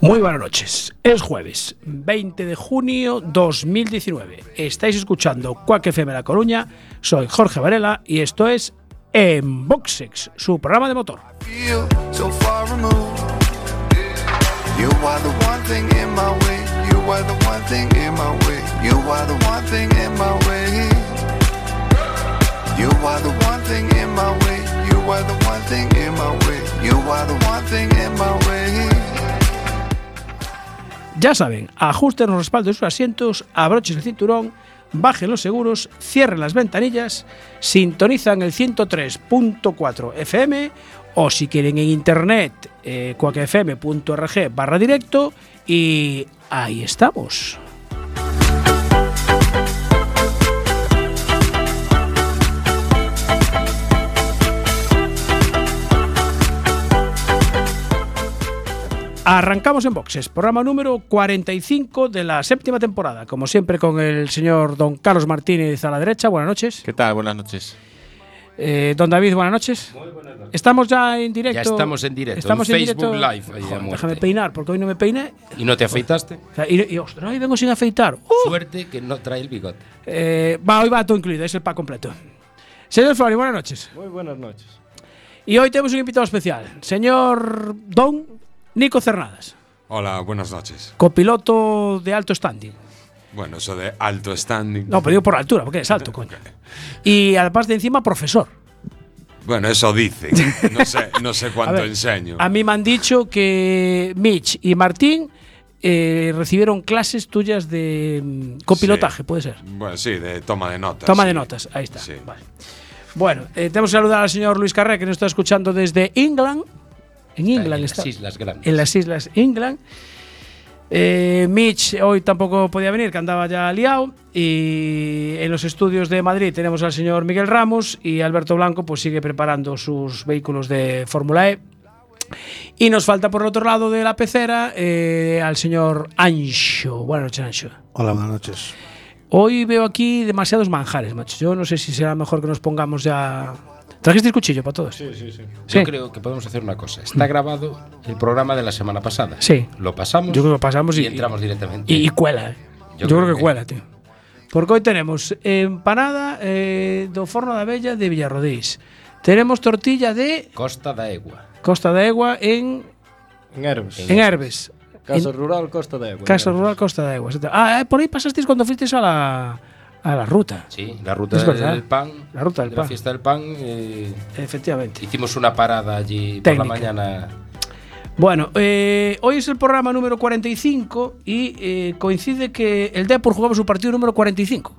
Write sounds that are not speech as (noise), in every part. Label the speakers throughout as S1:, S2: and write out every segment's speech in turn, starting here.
S1: Muy buenas noches. Es jueves 20 de junio 2019. Estáis escuchando Quack FM La Coruña. Soy Jorge Varela y esto es En Boxex, su programa de motor.
S2: Feel so far removed. You are the one thing in my way. You are the one thing in my way. You are the one thing in my way. You are the one thing in my way. You are the one thing in my way. You are the one thing in my way.
S1: Ya saben, ajusten los respaldos de sus asientos, abrochen el cinturón, bajen los seguros, cierren las ventanillas, sintonizan el 103.4 FM o si quieren en internet, eh, cuacfm.org barra directo y ahí estamos. Arrancamos en boxes, programa número 45 de la séptima temporada, como siempre con el señor don Carlos Martínez a la derecha, buenas noches.
S3: ¿Qué tal? Buenas noches.
S1: Eh, don David, buenas noches. Estamos ya en directo.
S4: Ya estamos en directo,
S1: Estamos
S4: en
S1: en
S4: Facebook
S1: directo.
S4: Live, ahí a
S1: Joder,
S4: muerte.
S1: déjame peinar, porque hoy no me peiné.
S4: ¿Y no te afeitaste?
S1: O sea, y, y, ostras, hoy vengo sin afeitar. ¡Uh!
S4: Suerte que no trae el bigote.
S1: Eh, va, hoy va todo incluido, es el pack completo. Señor Flori, buenas noches.
S5: Muy buenas noches.
S1: Y hoy tenemos un invitado especial, señor don Nico Cernadas,
S6: Hola, buenas noches.
S1: copiloto de alto standing.
S6: Bueno, eso de alto standing.
S1: No, pero digo por la altura, porque es alto, coño. Y además de encima, profesor.
S6: Bueno, eso dicen. No sé, no sé
S1: (laughs) A
S6: cuánto
S1: ver,
S6: enseño.
S1: A mí me han dicho que Mitch y Martín eh, recibieron clases tuyas de mm, copilotaje,
S6: Sí.
S1: puede ser.
S6: Bueno, sí, de toma de notas.
S1: Toma de
S6: sí.
S1: notas, ahí está.
S6: Sí.
S1: vale. Bueno, eh, tenemos que saludar al señor Luis Carré, que nos está escuchando desde England. En England está.
S4: las Islas Grandes.
S1: En las Islas England. Eh, Mitch hoy tampoco podía venir, que andaba ya liado. Y en los estudios de Madrid tenemos al señor Miguel Ramos y Alberto Blanco, pues sigue preparando sus vehículos de Fórmula E. Y nos falta por el otro lado de la pecera eh, al señor Ancho. Buenas noches, Ancho.
S5: Hola, buenas noches.
S1: Hoy veo aquí demasiados manjares, macho. Yo no sé si será mejor que nos pongamos ya. ¿Trajiste el cuchillo para todos? Sí,
S4: Yo
S1: Sí. Mm.
S4: creo que podemos hacer una cosa. Está grabado el programa de la semana pasada.
S1: Sí.
S4: Lo pasamos.
S1: Yo creo que lo pasamos y,
S4: entramos directamente.
S1: y- y cuela. eh. Yo, creo, que, cuela, tío. Porque hoy tenemos empanada eh, do forno de abella de Villarrodís. Tenemos tortilla de
S4: Costa da Egua.
S1: Costa de Egua en,
S5: En Herbes.
S1: en Herbes.
S5: Casa
S1: En
S5: Rural, Costa de Agua.
S1: Casa Rural Costa de Egua. Ah, eh, por ahí pasasteis cuando fuisteis a la, a la ruta.
S4: Sí, la ruta
S1: Es verdad.
S4: del pan.
S1: La ruta del
S4: de
S1: pan.
S4: La fiesta del pan. eh,
S1: Efectivamente.
S4: hicimos una parada allí por la
S1: Técnica.
S4: mañana.
S1: Bueno, eh, hoy es el programa número 45 y eh, coincide que el Depor jugaba su partido número 45.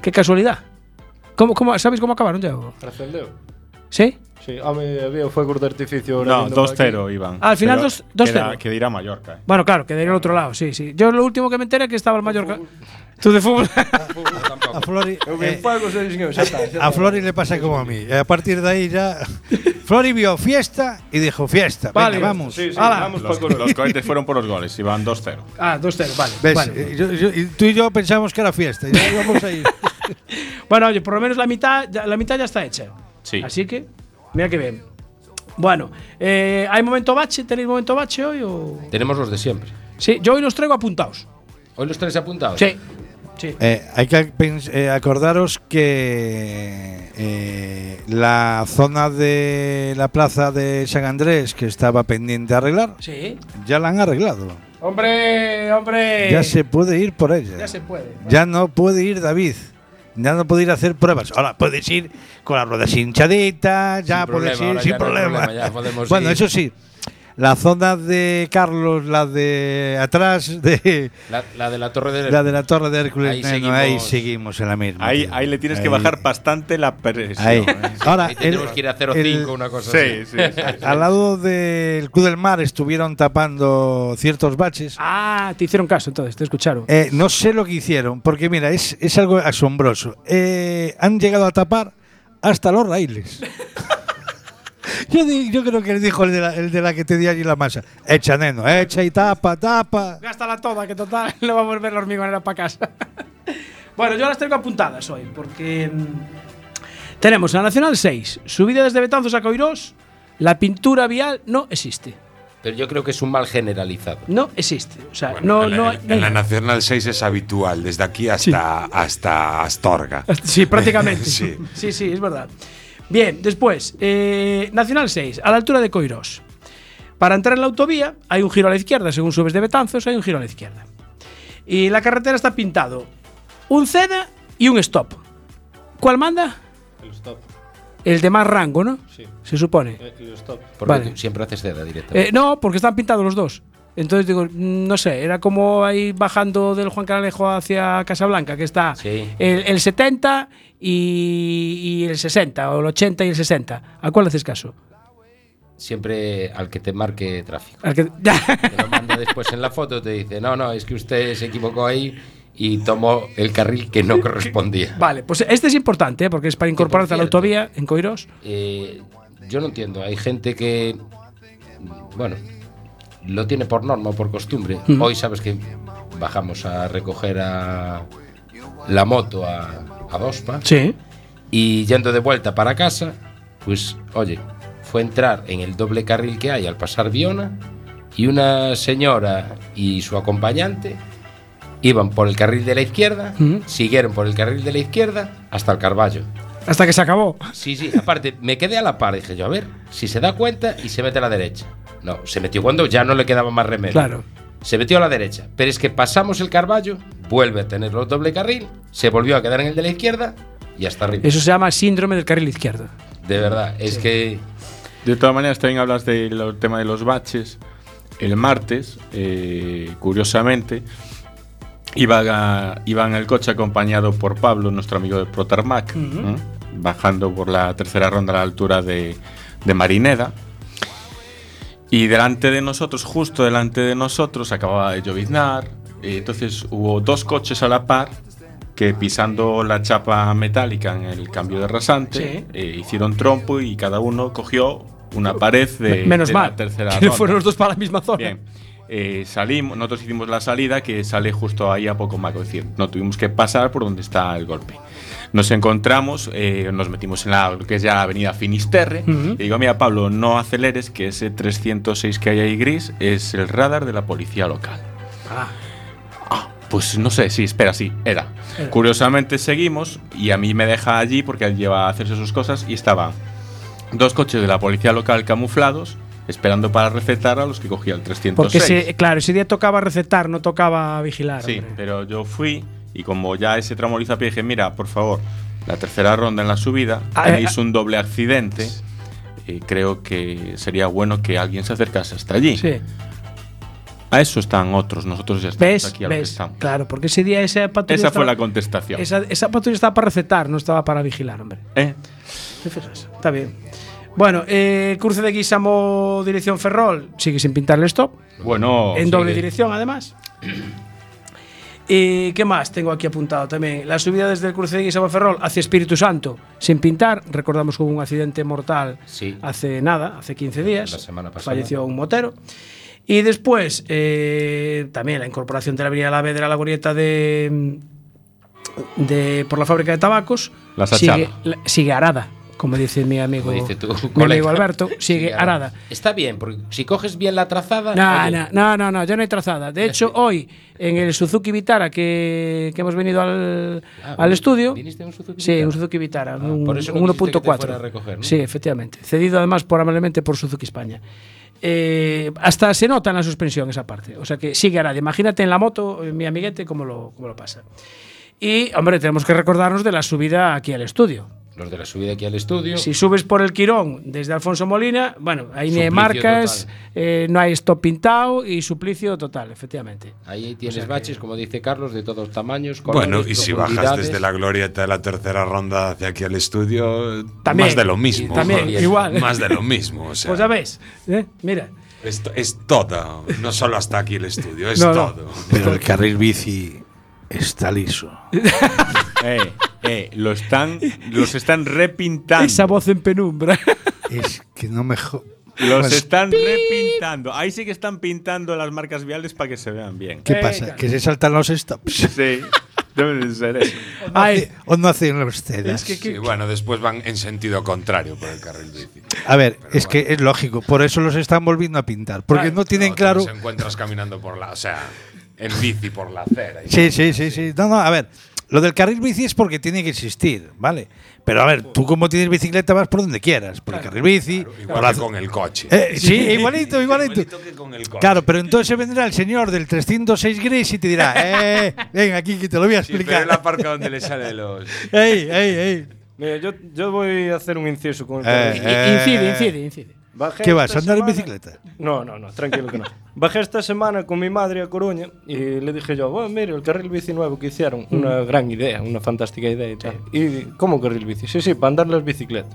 S1: Qué casualidad. ¿Cómo, cómo, ¿Sabéis cómo acabaron ya?
S5: Ascendeu.
S1: ¿Sí?
S5: Sí, home, había fuegos de artificio ahora
S3: No,
S5: vindo por
S3: 2-0, Iván.
S1: Ah, al final
S3: Pero
S1: dos- dos
S3: queda-
S1: cero.
S3: Que dirá Mallorca. eh.
S1: Bueno, claro, quedé en el otro lado, sí, sí. Yo lo último que me enteré es que estaba el Mallorca. Tú de fútbol.
S7: (laughs) A Flori,
S5: aquí. Eu
S7: eh,
S5: vi fuegos e dixen, eu, xa está, xa
S7: a
S5: está.
S7: Flori le pasa como a mí. Eh, A partir de ahí ya. (laughs) Flori vio fiesta y dijo fiesta. Venga,
S1: Vale.
S7: vamos. Ah,
S5: Sí, sí,
S1: Ala.
S5: vamos pa
S3: Los,
S5: Coruña.
S3: los cohetes fueron por los goles, Iván 2-0.
S1: ah, 2-0, vale.
S7: ¿Ves?
S1: vale.
S7: Eh, yo- yo- y tú y yo pensamos que era fiesta. Y ya íbamos ahí.
S1: (laughs) Bueno, oye, por lo menos la mitad, ya- la mitad ya está hecha.
S3: Sí.
S1: Así que, mira qué bien. Bueno, eh, ¿hay momento bache? ¿Tenéis momento bache hoy? O...
S4: Tenemos los de siempre.
S1: Sí, yo hoy los traigo apuntados.
S4: Hoy los tres apuntados.
S1: Sí, sí.
S7: Eh, hay que pens- eh, acordaros que eh, la zona de la plaza de San Andrés que estaba pendiente de arreglar,
S1: Sí.
S7: ya la han arreglado.
S1: Hombre, hombre.
S7: Ya se puede ir por ella.
S1: Eh. Ya se puede.
S7: Ya no puede ir David. Ya no puede ir a hacer pruebas. Ahora puedes ir con las ruedas hinchaditas, ya
S4: Sin
S7: puedes
S4: problema, ahora
S7: ir
S4: ya
S7: sin
S4: no hay
S7: problema.
S4: problema, ya podemos
S7: bueno,
S4: ir.
S7: eso sí. La zona de Carlos, la de atrás, de
S4: La, la de la Torre del
S7: la de la Torre de Hércules,
S4: Ahí
S7: no, no, ahí
S4: seguimos.
S7: seguimos en la misma.
S3: Ahí,
S7: tío.
S3: ahí le tienes que
S7: Ahí.
S3: bajar bastante la presión.
S7: Ahí. Ahora,
S4: Ahí tenemos
S7: el-
S4: que ir a 0,5,
S7: el-
S4: una cosa
S3: Sí, sí,
S4: así.
S3: sí.
S7: Al lado del Club del Mar estuvieron tapando ciertos baches.
S1: Ah, te hicieron caso entonces, te escucharon.
S7: Eh, no sé lo que hicieron, porque mira, es, es algo asombroso. Eh, han llegado a tapar hasta los raíles. (laughs) yo, di- yo creo que les dijo el de, la, el de la que te di allí la masa. Echa, neno, echa y tapa, tapa.
S1: Gástala toda, que total (laughs) no va a volver la hormigonera para casa. (laughs) bueno, yo las tengo apuntadas hoy, porque mm, tenemos la Nacional 6, subida desde Betanzos a Coirós, la pintura vial no existe.
S4: Pero yo creo que es un mal generalizado.
S1: No existe. O sea,
S6: Bueno,
S1: no,
S6: en, la-
S1: no,
S6: en
S1: no hay eh.
S6: la
S1: nada.
S6: Nacional 6 es habitual, desde aquí hasta, hasta Astorga.
S1: (laughs) Sí, prácticamente. sí.
S6: (laughs) Sí.
S1: sí, es verdad. Bien, después, eh, Nacional 6, a la altura de Coirós. Para entrar en la autovía hay un giro a la izquierda, según subes de Betanzos hay un giro a la izquierda. Y la carretera está pintado un ceda y un stop. ¿Cuál manda?
S5: El stop.
S1: El de más rango, ¿no?
S5: Sí.
S1: Se supone.
S5: eh, El stop.
S4: Porque
S1: Vale.
S4: tú siempre haces ceda
S1: Eh,
S4: directamente.
S1: no, porque están pintados los dos. Entonces digo, mm, no sé, era como ahí bajando del Juan Canalejo hacia Casablanca, que está
S4: Sí.
S1: el, el 70 y, y el 60, o el 80 y el 60. ¿A cuál haces caso?
S4: siempre al que te marque tráfico.
S1: Al que-
S4: Te
S1: (laughs)
S4: lo manda después en la foto, te dice, no, no, es que usted se equivocó ahí y tomó el carril que
S1: (laughs)
S4: no correspondía.
S1: vale, pues este es importante, ¿eh? porque es para
S4: por
S1: incorporarte a la
S4: cierto-
S1: autovía en Coirós.
S4: Eh, yo no entiendo, hay gente que, bueno, lo tiene por norma, por costumbre. Hoy sabes que bajamos a recoger a la moto a, a Dospa
S1: Sí.
S4: y yendo de vuelta para casa, pues oye, fue entrar en el doble carril que hay al pasar Viona y una señora y su acompañante iban por el carril de la izquierda,
S1: Ujú.
S4: siguieron por el carril de la izquierda hasta el Carballo.
S1: Hasta que se acabó.
S4: Sí, sí, aparte, me quedé a la par, dije yo, a ver, si se da cuenta y se mete a la derecha. No, se metió cuando ya no le quedaba más remedio.
S1: Claro.
S4: Se metió a la derecha, pero es que pasamos el Carballo, vuelve a tener los doble carril, se volvió a quedar en el de la izquierda y hasta arriba.
S1: Eso se llama síndrome del carril izquierdo.
S4: De verdad, es que
S3: De todas maneras, también hablas del tema de los baches. El martes, eh, curiosamente, iba a- iba en el coche acompañado por Pablo, nuestro amigo de Protarmac, ¿eh? bajando por la tercera ronda a la altura de, de Marineda. Y delante de nosotros, justo delante de nosotros, acababa de lloviznar. eh, entonces hubo dos coches a la par que pisando la chapa metálica en el cambio de rasante,
S1: Sí.
S3: eh, hicieron trompo y cada uno cogió una pared de,
S1: Menos
S3: de
S1: mal.
S3: la tercera
S1: (laughs) que
S3: ronda.
S1: fueron los dos para la misma zona.
S3: Bien. Eh, salimos, nosotros hicimos la salida que sale justo ahí a poco más, es decir, no tuvimos que pasar por donde está el golpe. Nos encontramos, eh, nos metimos en la, lo que es ya la avenida Finisterre.
S1: Ujú.
S3: Le digo, mira, Pablo, no aceleres, que ese 306 que hay ahí gris es el radar de la policía local. Pues no sé, sí, espera, sí, era.
S1: Era.
S3: Curiosamente seguimos y a mí me deja allí porque él lleva a hacerse sus cosas y estaba dos coches de la policía local camuflados esperando para recetar a los que cogía el 306.
S1: Porque ese, claro, ese día tocaba recetar, no tocaba vigilar.
S3: Sí,
S1: hombre.
S3: pero yo fui y como ya ese tramo lo hice a pie, dije, mira, por favor, la tercera ronda en la subida,
S1: Ah,
S3: tenéis
S1: eh,
S3: un doble accidente. eh, creo que sería bueno que alguien se acercase hasta allí.
S1: Sí.
S3: A eso están otros, nosotros ya estamos
S1: ¿Ves?
S3: aquí a lo que
S1: ¿Ves?
S3: estamos.
S1: Claro, porque ese día esa patrulla.
S3: Esa fue
S1: estaba-
S3: la contestación.
S1: Esa, esa patrulla estaba para recetar, no estaba para vigilar, hombre.
S3: ¿Eh?
S1: ¿Te fijas? Está bien. Bueno, eh, cruce de Guisamo, dirección Ferrol, sigue sin pintar el stop.
S4: Oh,
S3: Bueno,
S1: en
S3: sí,
S1: doble
S3: que-
S1: dirección, además. (clears throat) ¿Y qué más tengo aquí apuntado también? La subida desde el cruce de Guisamo a Ferrol hacia Espíritu Santo, sin pintar. Recordamos que hubo un accidente mortal
S4: Sí.
S1: hace nada, hace 15 días.
S4: La semana pasada.
S1: Falleció un motero. Y después, eh, también la incorporación de la Avenida La Vedra a la glorieta de, de- por la fábrica de tabacos.
S3: La sachada.
S1: sigue, la- sigue arada, como dice mi amigo,
S4: como dice tu
S1: mi
S4: colega. (laughs)
S1: amigo Alberto, sigue arada.
S4: Está bien, porque si coges bien la trazada.
S1: No,
S4: oye,
S1: no, no, no, no, ya no hay trazada. De hecho, hoy en el Suzuki Vitara que, que hemos venido al,
S4: Ah,
S1: al
S4: vi-
S1: estudio.
S4: ¿viniste en un Suzuki
S1: Sí,
S4: Vitara? Ah,
S1: un Suzuki Vitara, un,
S4: por eso no
S1: un
S4: quisiste que te
S1: 1.4.
S4: fuera a recoger, ¿no?
S1: Sí, efectivamente. Cedido además por amablemente por Suzuki España. eh, hasta se nota en la suspensión esa parte. O sea que sigue Arad. Imagínate en la moto, eh, mi amiguete, cómo lo, cómo lo pasa. Y, hombre, tenemos que recordarnos de la subida aquí al estudio.
S4: Los de la subida aquí al estudio.
S1: Si subes por el Quirón desde Alfonso Molina, bueno, ahí ni hay
S4: Suplicio
S1: marcas,
S4: total.
S1: eh, no hay stop pintado y suplicio total, efectivamente.
S4: Ahí tienes baches, como dice Carlos, de todos tamaños.
S6: Bueno, y
S4: colores,
S6: si bajas
S4: profundidades.
S6: desde la glorieta de la tercera ronda hacia aquí al estudio,
S1: También,
S6: más de lo mismo.
S1: también, igual.
S6: Más de lo
S1: (laughs)
S6: mismo. O sea,
S1: Pues ya ves, ¿eh? mira.
S6: Es, es todo. No solo hasta aquí el estudio, es
S1: No, no.
S6: todo.
S7: Pero el carril bici está liso.
S3: (laughs) Eh, eh, lo están, los están repintando.
S1: (laughs) Esa voz en penumbra.
S7: (laughs) Es que no me. jo-
S3: Los
S7: Pues,
S3: están repintando. Ahí sí que están pintando las marcas viales para que se vean bien.
S7: ¿Qué pasa? ¿Que se saltan los stops?
S3: Sí, debe de ser eso.
S1: Ay,
S7: ¿O no hacen los cedas?
S6: Sí, bueno, después van en sentido contrario por el carril bici.
S7: A ver, es que es lógico. Por eso los están volviendo a pintar. Porque no tienen
S6: No, te
S7: claro.
S6: los encuentras caminando por la, o sea, en bici por la acera. y-
S7: Sí, sí, sí, sí. No, no, a ver. Lo del carril bici es porque tiene que existir, ¿vale? Pero a ver, tú como tienes bicicleta vas por donde quieras. Por el carril bici. por la-
S6: Igual que con el coche. (laughs)
S7: Eh, sí, igualito, igualito.
S6: Igualito que con el coche.
S7: Claro, pero entonces vendrá el señor del 306 gris y te dirá, eh, ven aquí que te lo voy a
S6: Sí, pero
S7: explicar.
S6: él aparca donde le
S7: (laughs)
S6: sale
S1: (laughs)
S6: los.
S7: Ey, ey, ey.
S5: Mira, yo, yo voy a hacer un inciso con el
S7: Eh,
S5: carril.
S7: eh.
S1: incide, incide, incide.
S5: Bajé
S7: ¿Qué vas,
S5: esta
S7: a andar en
S5: semana-
S7: bicicleta?
S5: No, no, no, tranquilo que no. Bajé esta semana con mi madre a Coruña y le dije yo, bueno, mira, el carril bici nuevo que hicieron, una gran idea, una fantástica idea y tal. ¿Y cómo carril bici? Sí, sí, para andar las bicicletas.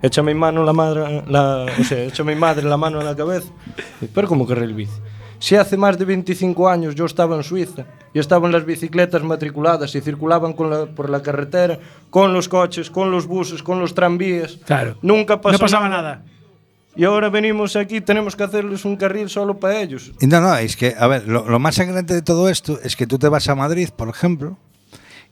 S5: Echa mi mano la madre, la, o sea, echa mi madre la mano a la cabeza. Pero ¿cómo carril bici? Si hace más de 25 años yo estaba en Suiza y estaban las bicicletas matriculadas y circulaban con la- por la carretera, con los coches, con los buses, con los tranvías.
S1: Claro.
S5: Nunca pasó
S1: no pasaba nada.
S5: y ahora venimos aquí, tenemos que hacerles un carril solo para ellos.
S7: Y No, no, es que, a ver, lo, lo más sangrante de todo esto es que tú te vas a Madrid, por ejemplo,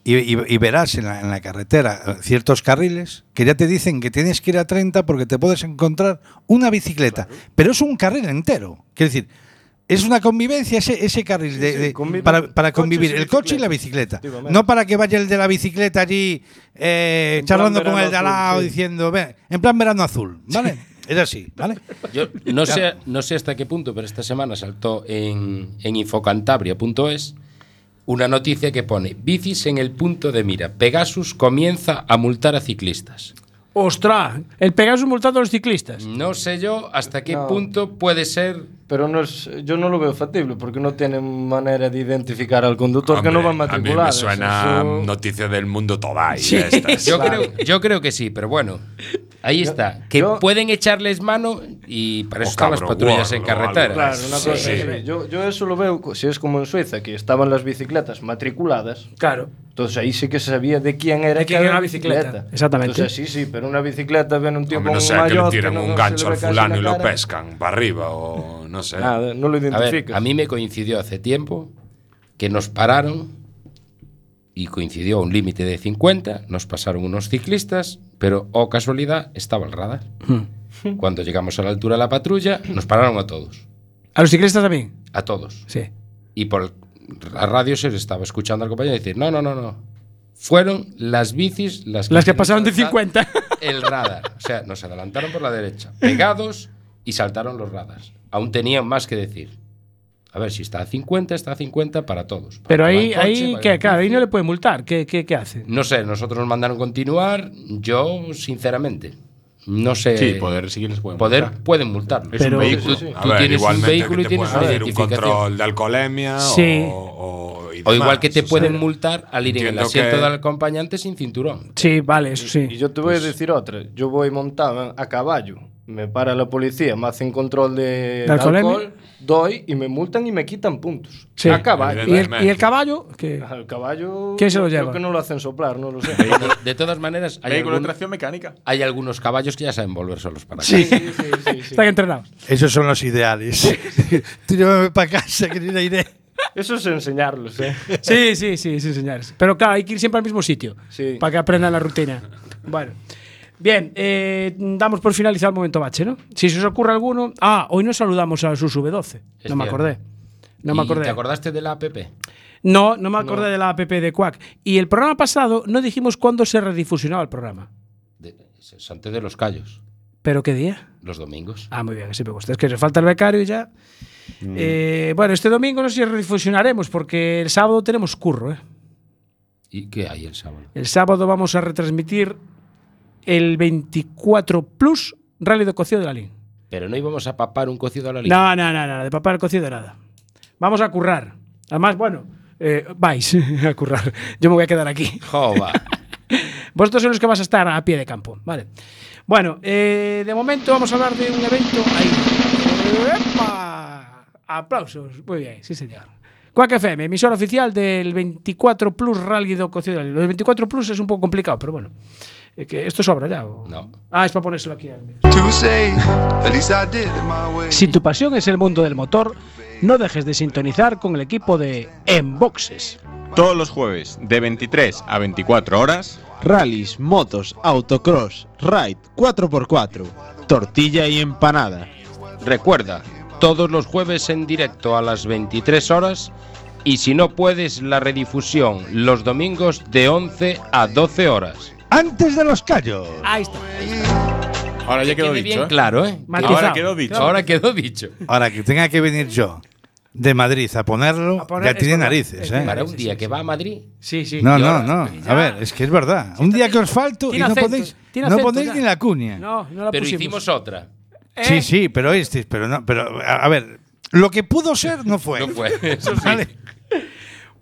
S7: y, y- y verás en la, en la carretera eh, ciertos carriles que ya te dicen que tienes que ir a 30 porque te puedes encontrar una bicicleta, pero es un carril entero. Quiero decir, es una convivencia ese, ese carril de-
S5: sí,
S7: de-
S5: conviven
S7: para, para
S5: coches
S7: convivir,
S5: y
S7: el coche y la
S5: bicicletas,
S7: bicicleta.
S5: efectivamente.
S7: No para que vaya el de la bicicleta allí eh,
S5: En plan
S7: charlando con
S5: verano
S7: el de al
S5: azul,
S7: lado
S5: sí.
S7: diciendo, "Ven", en plan verano azul, ¿vale? Es así, ¿vale?
S4: Yo no sé, no sé hasta qué punto, pero esta semana saltó en, en infocantabria.es una noticia que pone bicis en el punto de mira. Pegasus comienza a multar a ciclistas.
S1: ¡Ostras! El Pegasus multando a los ciclistas.
S4: No sé yo hasta qué
S5: No.
S4: punto puede ser.
S5: Pero no es, yo no lo veo factible porque no tienen manera de identificar al conductor que no
S6: Hombre,
S5: van
S6: A mí me
S5: matriculados.
S6: suena
S5: Eso-
S6: Ah, noticia del mundo today.
S4: (laughs) Yo, creo, yo creo que sí, pero bueno. Ahí está. Que
S5: yo-
S4: pueden echarles mano y para
S6: O
S4: eso están las
S6: cabro,
S4: patrullas en
S6: guarlo, algo.
S4: carretera.
S5: Claro, una
S6: Sí,
S5: cosa
S6: sí.
S5: que- Yo, yo eso lo veo, co- si es como en Suiza, que estaban las bicicletas matriculadas,
S1: Claro.
S5: entonces ahí sí que se sabía de quién era
S1: De quién
S5: cada
S1: era la bicicleta, exactamente.
S5: Entonces sí, sí, pero una bicicleta viene un tipo
S6: Hombre, no
S5: con
S6: sé,
S5: un
S6: que le
S5: maillot
S6: tiran
S5: no-
S6: un
S5: no se
S6: gancho
S5: le
S6: al
S5: ve casi
S6: fulano
S5: la
S6: y lo
S5: cara.
S6: pescan para arriba o no sé.
S5: Nada, no lo
S4: A ver,
S5: identificas.
S4: a mí me coincidió hace tiempo que nos pararon y coincidió a un límite de 50, nos pasaron unos ciclistas, pero oh casualidad, estaba el radar.
S1: Hmm.
S4: Cuando llegamos a la altura de la patrulla, nos pararon a todos,
S1: ¿A los ciclistas también?
S4: a todos.
S1: Sí.
S4: Y por la radio se estaba escuchando al compañero decir, no, no, no, no. Fueron las bicis las que,
S1: Las que
S4: nos
S1: pasaron de
S4: salta-
S1: 50.
S4: El radar. O sea, nos adelantaron por la derecha, pegados y saltaron los radars. Aún tenían más que decir. A ver, si está a 50, está a 50 para todos. Para
S1: Pero
S4: el que va
S1: ahí,
S4: en coche,
S1: ahí,
S4: para el que
S1: ¿qué?
S4: va en
S1: Claro, ahí
S4: bici.
S1: no le puede multar. ¿Qué, qué, qué hace?
S4: No sé, nosotros nos mandaron continuar. Yo, sinceramente, no sé.
S3: Sí, poder sí que les pueden
S4: Poder
S3: multar.
S4: pueden multarlo.
S3: Es un
S1: Pero-
S3: vehículo.
S5: Sí, sí, sí.
S6: A
S4: Tú
S6: ver,
S4: tienes un
S6: igualmente
S4: vehículo
S6: que
S4: y
S6: te
S4: tienes
S6: pueden
S4: una
S6: pedir un
S4: identificación.
S6: control de alcoholemia
S1: Sí.
S6: o, o- y
S4: O
S6: demás,
S4: igual que te
S6: o sea,
S4: pueden multar al ir en el
S6: entiendo
S4: asiento
S6: que-
S4: del acompañante sin cinturón. Pues-
S1: Sí, vale, eso
S5: Y
S1: sí.
S5: yo te voy a decir otra. Yo voy montado a caballo. Me para la policía, me hacen control de
S1: ¿De
S5: alcohol,
S1: alcoholemia?
S5: doy y me multan y me quitan puntos.
S1: Sí.
S5: A caballo.
S1: ¿Y el, y el caballo? que
S5: Al caballo.
S1: ¿Quién se lo lleva?
S5: Creo que no lo hacen soplar, no lo sé.
S4: De, de todas maneras, hay,
S3: Vehículo de
S4: algún-
S3: tracción mecánica.
S4: hay algunos caballos que ya saben volver solos para acá.
S1: Están entrenados.
S7: Esos son los ideales. Tú llévame para casa, que yo ya iré.
S5: Eso es enseñarlos, ¿eh?
S1: Sí, sí, sí, sí, señores. Pero claro, hay que ir siempre al mismo sitio
S5: Sí.
S1: para que aprendan la
S4: (laughs)
S1: rutina. Bueno. Bien, eh, damos por finalizado el momento bache, ¿no? Si se os ocurre alguno. Ah, hoy no saludamos a sus V12.
S4: Es
S1: No
S4: cierto.
S1: me acordé. No me
S4: ¿Y
S1: acordé.
S4: ¿Te acordaste de la app?
S1: No, no me acordé de la app de Quack. Y el programa pasado no dijimos cuándo se redifusionaba el programa.
S4: De- es antes de los callos.
S1: ¿Pero qué día?
S4: Los domingos.
S1: Ah, muy bien, así me gusta. Es que le falta el becario y ya.
S4: Mm.
S1: Eh, bueno, este domingo no sé si redifusionaremos porque el sábado tenemos curro. ¿eh?
S4: ¿Y qué hay el sábado?
S1: El sábado vamos a retransmitir el 24 Plus Rally de Cocido de la Lin.
S4: Pero no íbamos a papar un cocido a la línea.
S1: No, no, no, no, de papá el cocido nada. Vamos a currar. Además, bueno, eh, vais (laughs) a currar. Yo me voy a quedar aquí.
S4: Jova.
S1: (laughs) Vosotros sois los que vas a estar a pie de campo, ¿vale? Bueno, eh, de momento vamos a hablar de un evento ahí. ¡Epa! Aplausos, muy bien, sí señor. Quack FM, emisora oficial del 24 Plus Rally do Cocido de Alí. Lo del 24 Plus es un poco complicado, pero bueno. Eh, que ¿Esto sobra ya? o-
S4: No.
S1: Ah, es para ponérselo aquí. al-
S2: To say, at least I did it my way.
S1: Si tu pasión es el mundo del motor, no dejes de sintonizar con el equipo de Enboxes.
S3: Todos los jueves, de 23 a 24 horas,
S8: Rallys, motos, autocross, ride, 4x4, tortilla y empanada.
S4: Recuerda, todos los jueves en directo a las 23 horas y si no puedes, la redifusión los domingos de 11 a 12 horas.
S7: Antes de los callos.
S1: Ahí está.
S3: ahora ya quedó
S4: Quede bien
S3: dicho. ¿eh?
S4: claro, ¿eh?
S1: Matizado.
S3: Ahora quedó dicho.
S4: Ahora quedó dicho.
S7: Ahora que tenga que venir yo de Madrid a ponerlo,
S1: A poner-
S7: ya tiene
S1: es verdad,
S7: narices,
S1: es
S7: ¿eh?
S1: verdad.
S4: Para un día que va a Madrid,
S1: Sí, sí.
S7: No,
S4: Y
S7: no,
S4: ahora-
S7: no. A ver, es que es verdad. Un día que os falto y
S1: Tiene
S7: no
S1: acento,
S7: podéis,
S1: tiene
S7: no
S1: acento
S7: ponéis
S1: ya.
S7: ni la cuña.
S1: No, no la
S4: pero
S1: pusimos.
S4: hicimos otra.
S1: ¿Eh?
S7: Sí, sí, pero este, pero no, pero a a ver, lo que pudo ser no fue.
S4: No fue. (laughs) Eso sí.
S7: Vale.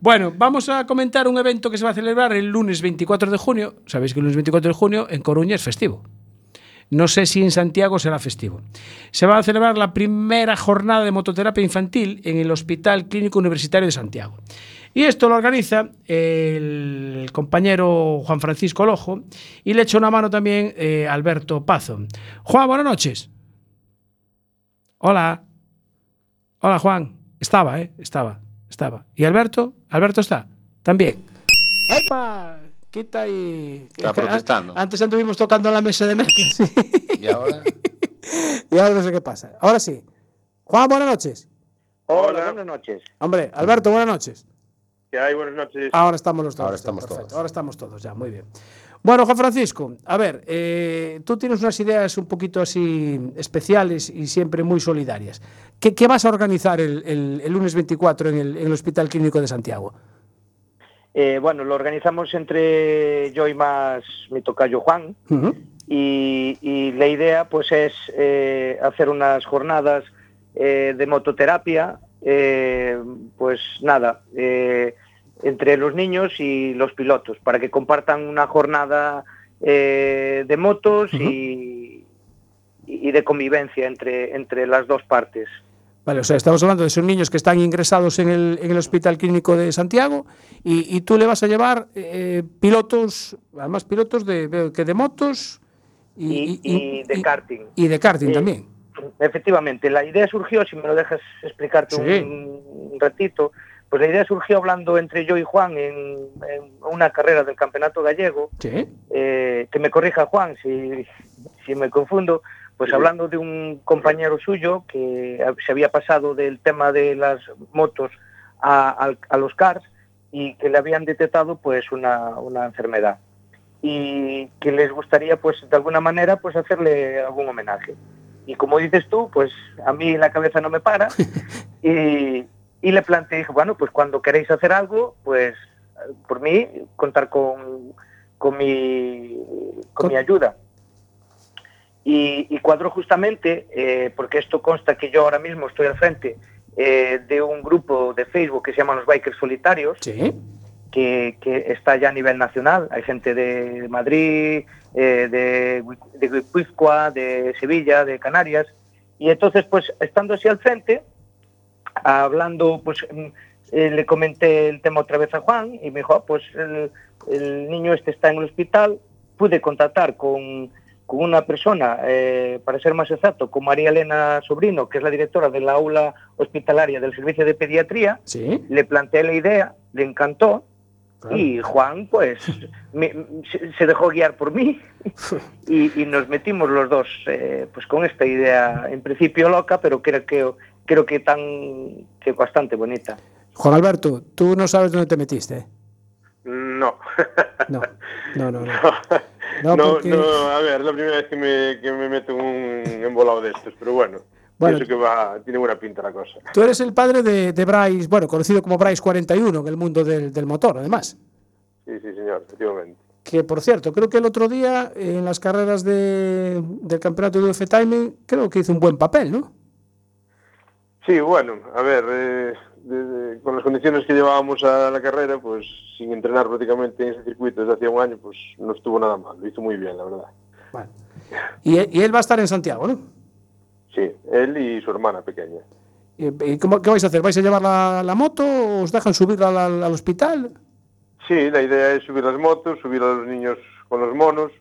S1: Bueno, vamos a comentar un evento que se va a celebrar el lunes 24 de junio. Sabéis que el lunes 24 de junio en Coruña es festivo. No sé si en Santiago será festivo. Se va a celebrar la primera jornada de mototerapia infantil en el Hospital Clínico Universitario de Santiago. Y esto lo organiza el compañero Juan Francisco Lojo y le echa una mano también eh, Alberto Pazo. Juan, buenas noches. Hola. Hola, Juan. Estaba, ¿eh? Estaba, estaba. ¿Y Alberto? ¿Alberto está? También. ¡Epa! Quita y...
S3: Está protestando.
S1: Antes anduvimos tocando la mesa de mezclas.
S4: (laughs) Y ahora,
S1: (laughs) Y ahora no sé qué pasa. Ahora sí. Juan, buenas noches.
S9: Hola, buenas noches.
S1: Hombre, Alberto, buenas noches.
S9: ¿Qué hay? Buenas noches.
S1: Ahora estamos los todos.
S4: Ahora estamos todos.
S1: Ahora estamos todos ya, muy bien. Bueno, Juan Francisco, a ver, eh, tú tienes unas ideas un poquito así especiales y siempre muy solidarias. ¿Qué, qué vas a organizar el, el- el lunes 24 en el, en el Hospital Clínico de Santiago?
S9: Eh, bueno, lo organizamos entre yo y más mi tocayo Juan.
S1: Ujú.
S9: Y, y la idea pues es eh, hacer unas jornadas eh, de mototerapia, eh, pues nada, eh, entre los niños y los pilotos, para que compartan una jornada eh, de motos y, y de convivencia entre, entre las dos partes.
S1: Vale, o sea, estamos hablando de son niños que están ingresados en el, en el Hospital Clínico de Santiago y, y tú le vas a llevar eh, pilotos, además pilotos de, veo que de motos
S9: Y,
S1: y,
S9: y de karting.
S1: y de karting
S9: Eh,
S1: también.
S9: Efectivamente, la idea surgió, si me lo dejas explicarte
S1: Sí.
S9: un, un ratito, pues la idea surgió hablando entre yo y Juan en, en una carrera del Campeonato Gallego,
S1: Sí.
S9: eh, que me corrija Juan si, si me confundo, pues hablando de un compañero suyo que se había pasado del tema de las motos a, al- a los cars y que le habían detectado pues una, una enfermedad y que les gustaría pues de alguna manera pues hacerle algún homenaje. Y como dices tú, pues a mí la cabeza no me para y, y le planteé, dije, bueno, pues cuando queréis hacer algo, pues eh, por mí contar con, con, mi, con mi ayuda. Y, y cuadró justamente, eh, porque esto consta que yo ahora mismo estoy al frente eh, de un grupo de Facebook que se llama Los Bikers Solitarios,
S1: Sí.
S9: que, que está ya a nivel nacional. Hay gente de Madrid, eh, de, Gui- de Guipúzcoa, de Sevilla, de Canarias. Y entonces, pues, estando así al frente, hablando, pues, mm, eh, le comenté el tema otra vez a Juan y me dijo, "Ah, pues, el, el niño este está en el hospital. Pude contactar con, con una persona, eh, para ser más exacto, con María Elena Sobrino, que es la directora de la aula hospitalaria del Servicio de Pediatría.
S1: Sí.
S9: Le planteé la idea, le encantó, y Juan, pues, me- se- se dejó guiar por mí y, y nos metimos los dos eh, pues con esta idea, en principio loca, pero creo que, creo que, tan, que bastante bonita.
S1: Juan Alberto, tú no sabes dónde te metiste.
S10: No.
S1: No, no, no. no. No,
S10: No,
S1: porque-
S10: no, a ver, es la primera vez que me, que me meto en un embolado de estos, pero bueno,
S1: Bueno.
S10: pienso que va, tiene buena pinta la cosa.
S1: Tú eres el padre de, de Bryce, bueno, conocido como Bryce 41 en el mundo del, del motor, además.
S10: Sí, sí, señor, efectivamente.
S1: Que por cierto, creo que el otro día en las carreras de- del campeonato de UF Timing, creo que hizo un buen papel, ¿no?
S10: Sí, bueno, a ver, eh, de- de- con las condiciones que llevábamos a la carrera, pues sin entrenar prácticamente en ese circuito desde hacía un año, pues no estuvo nada mal, lo hizo muy bien, la verdad.
S1: Y, e- y él va a estar en Santiago, ¿no?
S10: Sí, él y su hermana pequeña.
S1: ¿Y y Eh, cómo, qué vais a hacer? ¿Vais a llevar la, la moto? ¿Os dejan subirla al, al- al hospital?
S10: Sí, la idea es subir las motos, subir a los niños con los monos,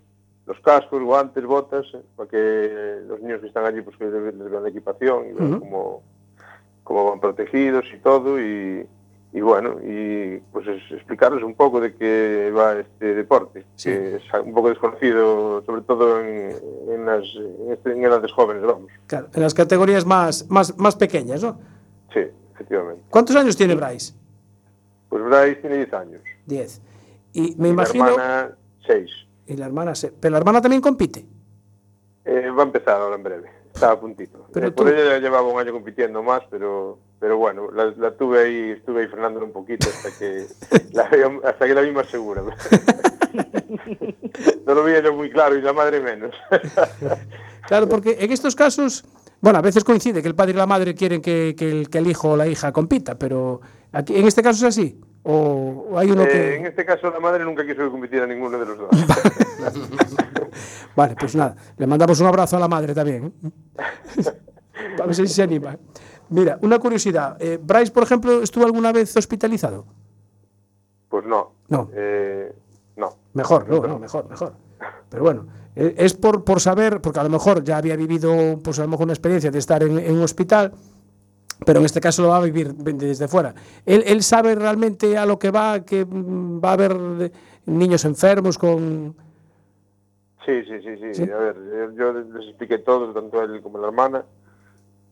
S10: los cascos, guantes, botas, eh, para que los niños que están allí pues que les les vean la equipación y vean
S1: Ujú.
S10: cómo, cómo van protegidos y todo y, y bueno, y pues es- explicarles un poco de qué va este deporte, que es un poco desconocido, sobre todo en, en las en, este- en edades jóvenes, vamos.
S1: Claro, en las categorías más, más, más pequeñas, ¿no?
S10: Sí, efectivamente.
S1: ¿Cuántos años tiene Bryce?
S10: Pues Bryce tiene 10 años.
S1: Diez. Y me
S10: y
S1: imagino...
S10: La hermana, 6.
S1: Y la hermana se- Pero la hermana también compite.
S10: Eh, va a empezar ahora en breve. Estaba a puntito.
S1: Pero
S10: Eh, por
S1: tú-
S10: ella ya llevaba un año compitiendo más, pero pero bueno, la, la tuve ahí, estuve ahí frenándola un poquito hasta que
S1: (laughs)
S10: la, vi- hasta que la vi más segura. no lo veía yo muy claro y la madre menos.
S1: Claro, porque en estos casos, bueno, a veces coincide que el padre y la madre quieren que, que el, que el hijo o la hija compita, pero aquí, en este caso es así. O, o hay uno
S10: Eh,
S1: que...
S10: En este caso la madre nunca quiso que compitiera ninguno de los
S1: (laughs)
S10: dos.
S1: Vale, pues nada, le mandamos un abrazo a la madre (laughs) también. ¿eh? a ver si se anima. Mira, una curiosidad. eh, ¿Bryce, por ejemplo, estuvo alguna vez hospitalizado?
S10: Pues no.
S1: No.
S10: Eh, no.
S1: Mejor, no, no, mejor, mejor. Pero bueno, eh, es por, por saber, porque a lo mejor ya había vivido, pues a lo mejor una experiencia de estar en, en un hospital, pero en este caso lo va a vivir desde fuera. Él, él sabe realmente a lo que va, que mm, va a haber eh, niños enfermos con...
S10: Sí, sí, sí, sí.
S1: Sí.
S10: A ver, eh, yo les les expliqué todo, tanto él como la hermana.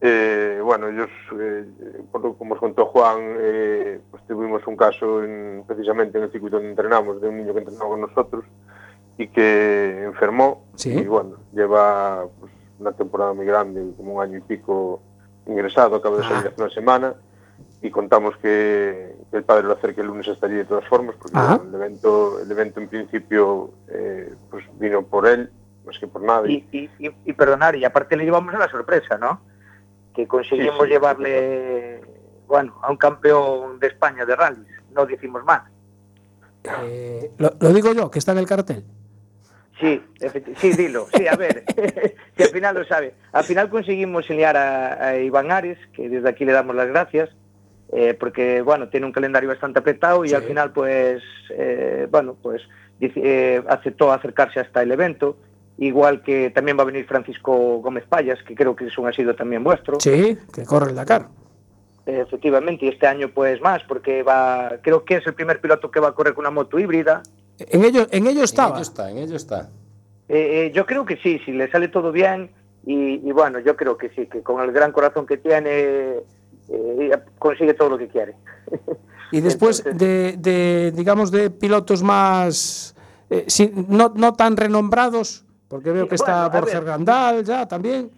S10: Eh, bueno, ellos, eh, por lo- como os contó Juan, eh, pues tuvimos un caso en- precisamente en el circuito donde entrenamos, de un niño que entrenaba con nosotros y que enfermó.
S1: Sí.
S10: Y bueno, lleva pues, una temporada muy grande, como un año y pico ingresado, acaba de salir hace una semana. Y contamos que, que el padre lo acerque el lunes hasta allí de todas formas, porque
S1: Ajá.
S10: bueno, el, evento, el evento en principio eh, pues vino por él, más que por nadie.
S9: Y, y, y- y perdonar, y aparte le llevamos a la sorpresa, ¿no? Que conseguimos
S10: Sí, sí.
S9: llevarle, bueno, a un campeón de España de rally, no decimos más.
S1: eh, lo, lo digo yo, que está en el cartel.
S9: Sí, efecti- sí, dilo. Sí, a ver. (laughs) si al final lo sabe. Al final conseguimos liar a, a Iván Ares, que desde aquí le damos las gracias, eh, porque, bueno, tiene un calendario bastante apretado y al final, pues, eh, bueno, pues dice- eh, aceptó acercarse hasta el evento. Igual que también va a venir Francisco Gómez Payas, que creo que es un asido también vuestro.
S1: Sí, que corre el Dakar.
S9: Efectivamente, y este año pues más, porque va, creo que es el primer piloto que va a correr con una moto híbrida.
S1: En ello, en ello estaba.
S4: ello está, en ello está.
S9: Eh, eh, yo creo que sí, si le sale todo bien y, y bueno, yo creo que sí, que con el gran corazón que tiene eh, consigue todo lo que quiere.
S1: Y después de, de, digamos, de pilotos más, eh, sin- no, no tan renombrados, porque veo que
S9: Bueno,
S1: está
S9: a ver.
S1: Borja Gandal ya también.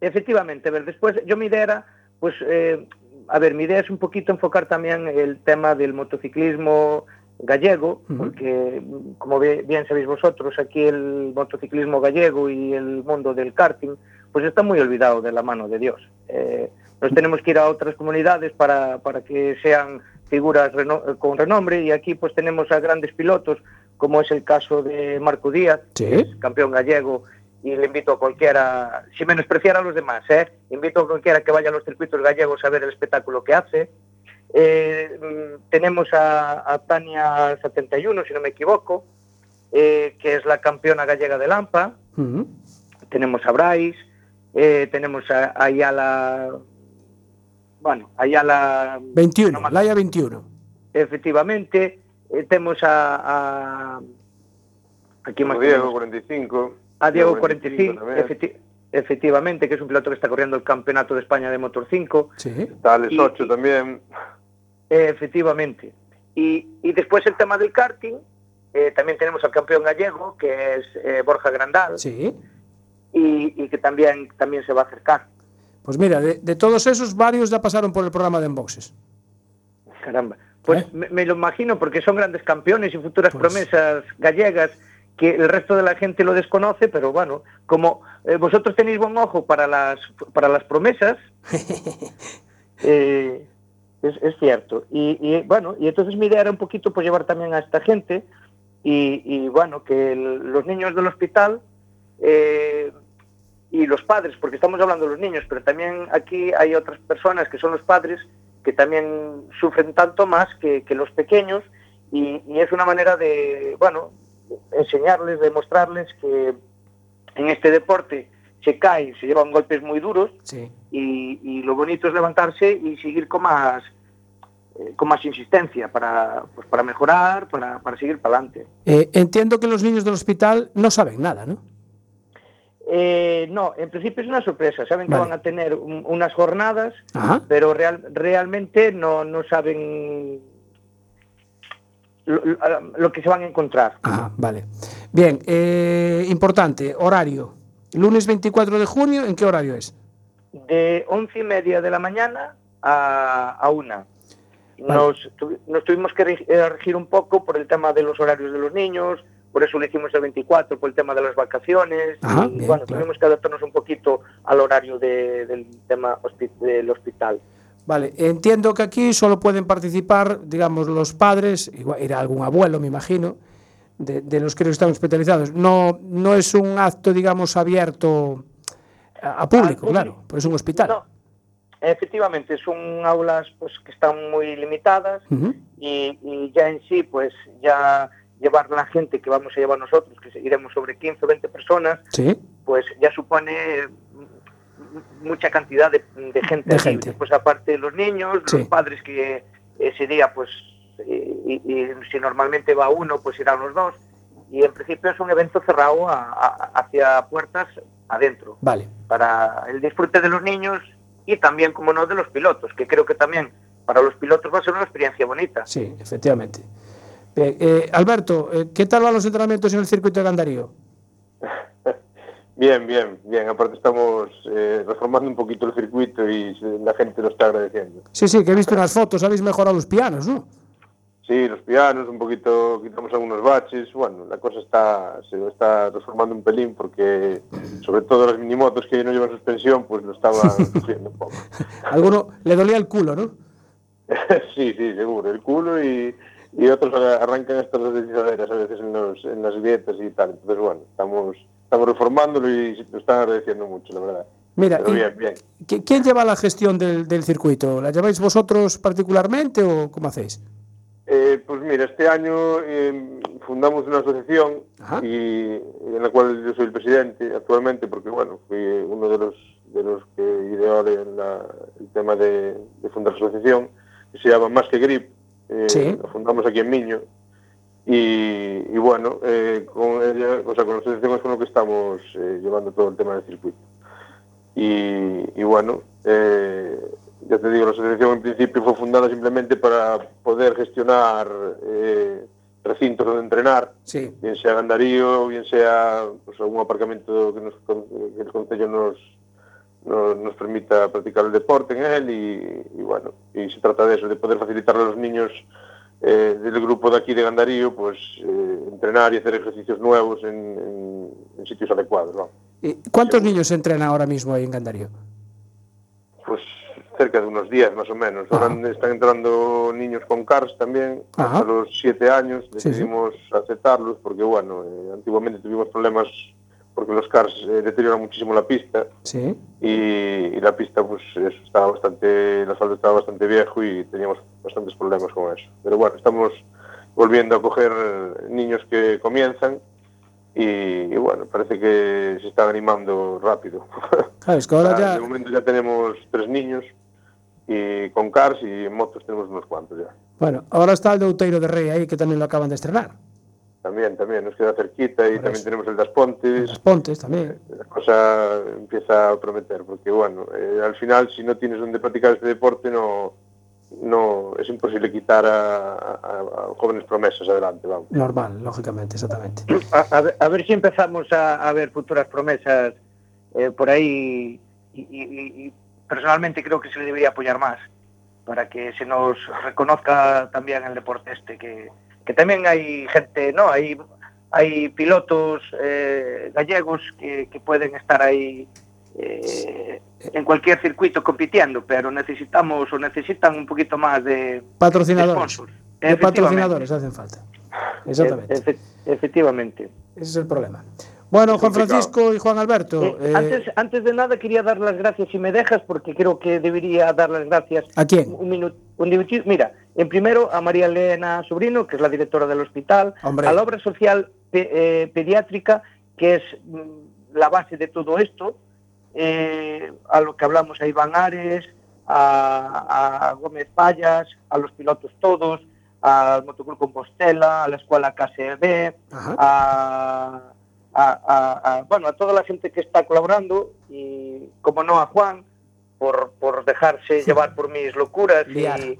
S9: Efectivamente, a ver, después yo mi idea era, pues, eh, a ver, mi idea es un poquito enfocar también el tema del motociclismo gallego,
S1: Ujú.
S9: porque mm, como be- bien sabéis vosotros, aquí el motociclismo gallego y el mundo del karting, pues está muy olvidado de la mano de Dios. Eh, nos tenemos que ir a otras comunidades para, para que sean figuras reno- con renombre y aquí pues tenemos a grandes pilotos, como es el caso de Marco Díaz, que es campeón gallego y le invito a cualquiera, si menospreciar a los demás, ¿eh? invito a cualquiera que vaya a los circuitos gallegos a ver el espectáculo que hace. Eh, mm, tenemos a, a Tania 71, si no me equivoco, eh, que es la campeona gallega de Lampa.
S1: Ujú.
S9: Tenemos a Bryce, eh, tenemos a a Ayala, bueno, Ayala
S1: 21, Laia 21.
S9: efectivamente. Eh, tenemos a, a, ¿a quién más
S10: Como Diego,
S9: tenemos?
S10: 45.
S9: a Diego 45,
S10: también.
S9: efecti- efectivamente, que es un piloto que está corriendo el Campeonato de España de Motor 5,
S1: Sí.
S10: Está Alex
S9: Y-
S10: 8 también.
S9: eh, efectivamente. Y, y después el tema del karting, eh, Eh, también tenemos al campeón gallego, que es eh, Borja Grandal,
S1: Sí.
S9: y, y que también, también se va a acercar.
S1: Pues mira, de, de todos esos, varios ya pasaron por el programa de Unboxes.
S9: Caramba. Pues me, me lo imagino porque son grandes campeones y futuras promesas gallegas que el resto de la gente lo desconoce, pero bueno, como eh, vosotros tenéis buen ojo para las para las promesas, eh, es, es cierto. Y, y, bueno, y entonces mi idea era un poquito pues llevar también a esta gente y, y, bueno, que el- los niños del hospital eh, y los padres, porque estamos hablando de los niños, pero también aquí hay otras personas que son los padres que también sufren tanto más que, que los pequeños y, y es una manera de, bueno, enseñarles, demostrarles que en este deporte se caen, se llevan golpes muy duros
S1: Sí.
S9: y, y lo bonito es levantarse y seguir con más eh, con más insistencia para, pues, para mejorar, para, para seguir para adelante.
S1: Eh, entiendo que los niños del hospital no saben nada, ¿no?
S9: Eh, no, en principio es una sorpresa. Saben que van a tener un- unas jornadas,
S1: Ajá.
S9: pero real- realmente no, no saben lo, lo- ah, lo que se van a encontrar.
S1: Ajá, Ah, vale. Bien, eh, importante, horario. Lunes 24 de junio, ¿en qué horario es?
S9: De once y media de la mañana a, a una. Nos, tu- nos tuvimos que reg- eh, regir un poco por el tema de los horarios de los niños, por eso lo hicimos el 24, por el tema de las vacaciones.
S1: Ajá,
S9: y
S1: bien,
S9: bueno,
S1: claro.
S9: tuvimos que adaptarnos un poquito al horario de- del tema hospi- del hospital.
S1: Vale, entiendo que aquí solo pueden participar, digamos, los padres, igual era algún abuelo, me imagino, de, de los que están hospitalizados. No, no es un acto, digamos, abierto a,
S9: Ah,
S1: a público, claro, pues es un hospital.
S9: Efectivamente, son aulas pues, que están muy limitadas
S1: Ujú.
S9: y, y ya en sí, pues ya llevar la gente que vamos a llevar nosotros, que iremos sobre 15 o 20 personas,
S1: Sí,
S9: pues ya supone eh, mu- mucha cantidad de, de gente.
S1: De
S9: allí.
S1: gente.
S9: Después aparte los niños,
S1: Sí.
S9: los padres que ese día, pues, y, y- y si normalmente va uno, pues irán los dos. Y en principio es un evento cerrado a- a- hacia puertas adentro
S1: vale.
S9: para el disfrute de los niños y también, como no, de los pilotos, que creo que también para los pilotos va a ser una experiencia bonita.
S1: Sí, efectivamente. Bien, eh, Alberto, eh, ¿qué tal van los entrenamientos en el circuito de Gandarío?
S10: Bien, bien, bien. Aparte estamos eh, reformando un poquito el circuito y se- la gente lo está agradeciendo.
S1: Sí, sí, que he visto unas fotos, habéis mejorado los pianos, ¿no?
S10: Sí, los pianos, un poquito, quitamos algunos baches. Bueno, la cosa está se está reformando un pelín porque sobre todo las minimotos que no llevan suspensión pues lo
S9: (laughs)
S10: estaban sufriendo un poco.
S1: Alguno le dolía el culo, ¿no?
S10: (laughs) sí, sí, seguro. El culo y, y otros a- arrancan estas deslizaderas a veces en, los, en las grietas y tal. Entonces, bueno, estamos, estamos reformándolo y lo están agradeciendo mucho, la verdad.
S1: Mira,
S10: Pero
S1: y-
S10: bien, bien.
S1: ¿qui- ¿quién lleva la gestión del, del circuito? ¿La lleváis vosotros particularmente o cómo hacéis?
S10: Eh, pues mira, este año eh, fundamos una asociación y, en la cual yo soy el presidente actualmente, porque bueno, fui uno de los de los que ideó la- el tema de, de fundar la asociación, que se llama Más que Grip, eh,
S1: Sí.
S10: la fundamos aquí en Miño, y, y bueno, eh, con ella, o sea, con la asociación es con lo que estamos eh, llevando todo el tema del circuito. Y, y bueno, eh, ya te digo, la asociación en principio fue fundada simplemente para poder gestionar eh, recintos donde entrenar,
S1: Sí.
S10: bien sea Gandarío, bien sea pues, algún aparcamiento que, nos, con- que el Concello nos, no- nos permita practicar el deporte en él y, y bueno, y se trata de eso, de poder facilitarle a los niños eh, del grupo de aquí de Gandarío, pues eh, entrenar y hacer ejercicios nuevos en, en- en sitios adecuados. vamos.
S1: ¿Y Eh, ¿Cuántos niños se entrenan ahora mismo ahí en Gandarío?
S10: Pues cerca de unos 10 más o menos. Ahora están entrando niños con CARS también,
S1: Ajá.
S10: a los 7 años.
S1: Sí, sí.
S10: Decidimos aceptarlos porque, bueno, eh, antiguamente tuvimos problemas porque los CARS eh, deterioran muchísimo la pista
S1: Sí.
S10: y, y la pista, pues, eso, estaba bastante, el asfalto estaba bastante viejo y teníamos bastantes problemas con eso. Pero bueno, estamos volviendo a coger eh, niños que comienzan y, y bueno, parece que se están animando rápido.
S1: Claro, es que ahora
S10: Ah,
S1: ya.
S10: De momento ya tenemos tres niños y con cars y en motos tenemos unos cuantos ya.
S1: Bueno, ahora está el de Outeiro de Rey ahí, que también lo acaban de estrenar.
S10: También, también, nos queda cerquita y también tenemos el Das Pontes.
S1: Las Pontes también.
S10: La cosa empieza a prometer, porque bueno, eh, al final si no tienes donde practicar este deporte no, no es imposible quitar a, a- a jóvenes promesas adelante, vamos.
S1: Normal, lógicamente, exactamente.
S9: A, a ver, a ver si empezamos a, a ver futuras promesas eh, por ahí y, y- y personalmente creo que se le debería apoyar más para que se nos reconozca también el deporte este que, que también hay gente no hay hay pilotos eh, gallegos que, que pueden estar ahí eh, en cualquier circuito compitiendo pero necesitamos o necesitan un poquito más de
S1: Patrocinadores.
S9: sponsors.
S1: De patrocinadores hacen falta. Exactamente.
S9: E-, Efe- efectivamente
S1: Ese es el problema. Bueno, Juan Francisco y Juan Alberto.
S9: Eh,
S1: eh,
S9: antes, antes de nada quería dar las gracias, si me dejas, porque creo que debería dar las gracias.
S1: ¿A quién?
S9: Un minuto, un minutito. Mira, en primero a María Elena Sobrino, que es la directora del hospital,
S1: Hombre.
S9: a la obra social pe- eh, pediátrica, que es mm, la base de todo esto, eh, a lo que hablamos a Iván Ares, a, a Gómez Payas, a los pilotos todos, al Motoclub Compostela, a la Escuela KCB,
S1: Ajá.
S9: a, a- a- a- bueno, a toda la gente que está colaborando y, como no, a Juan por, por dejarse llevar por mis locuras y,
S1: Liar.
S9: y-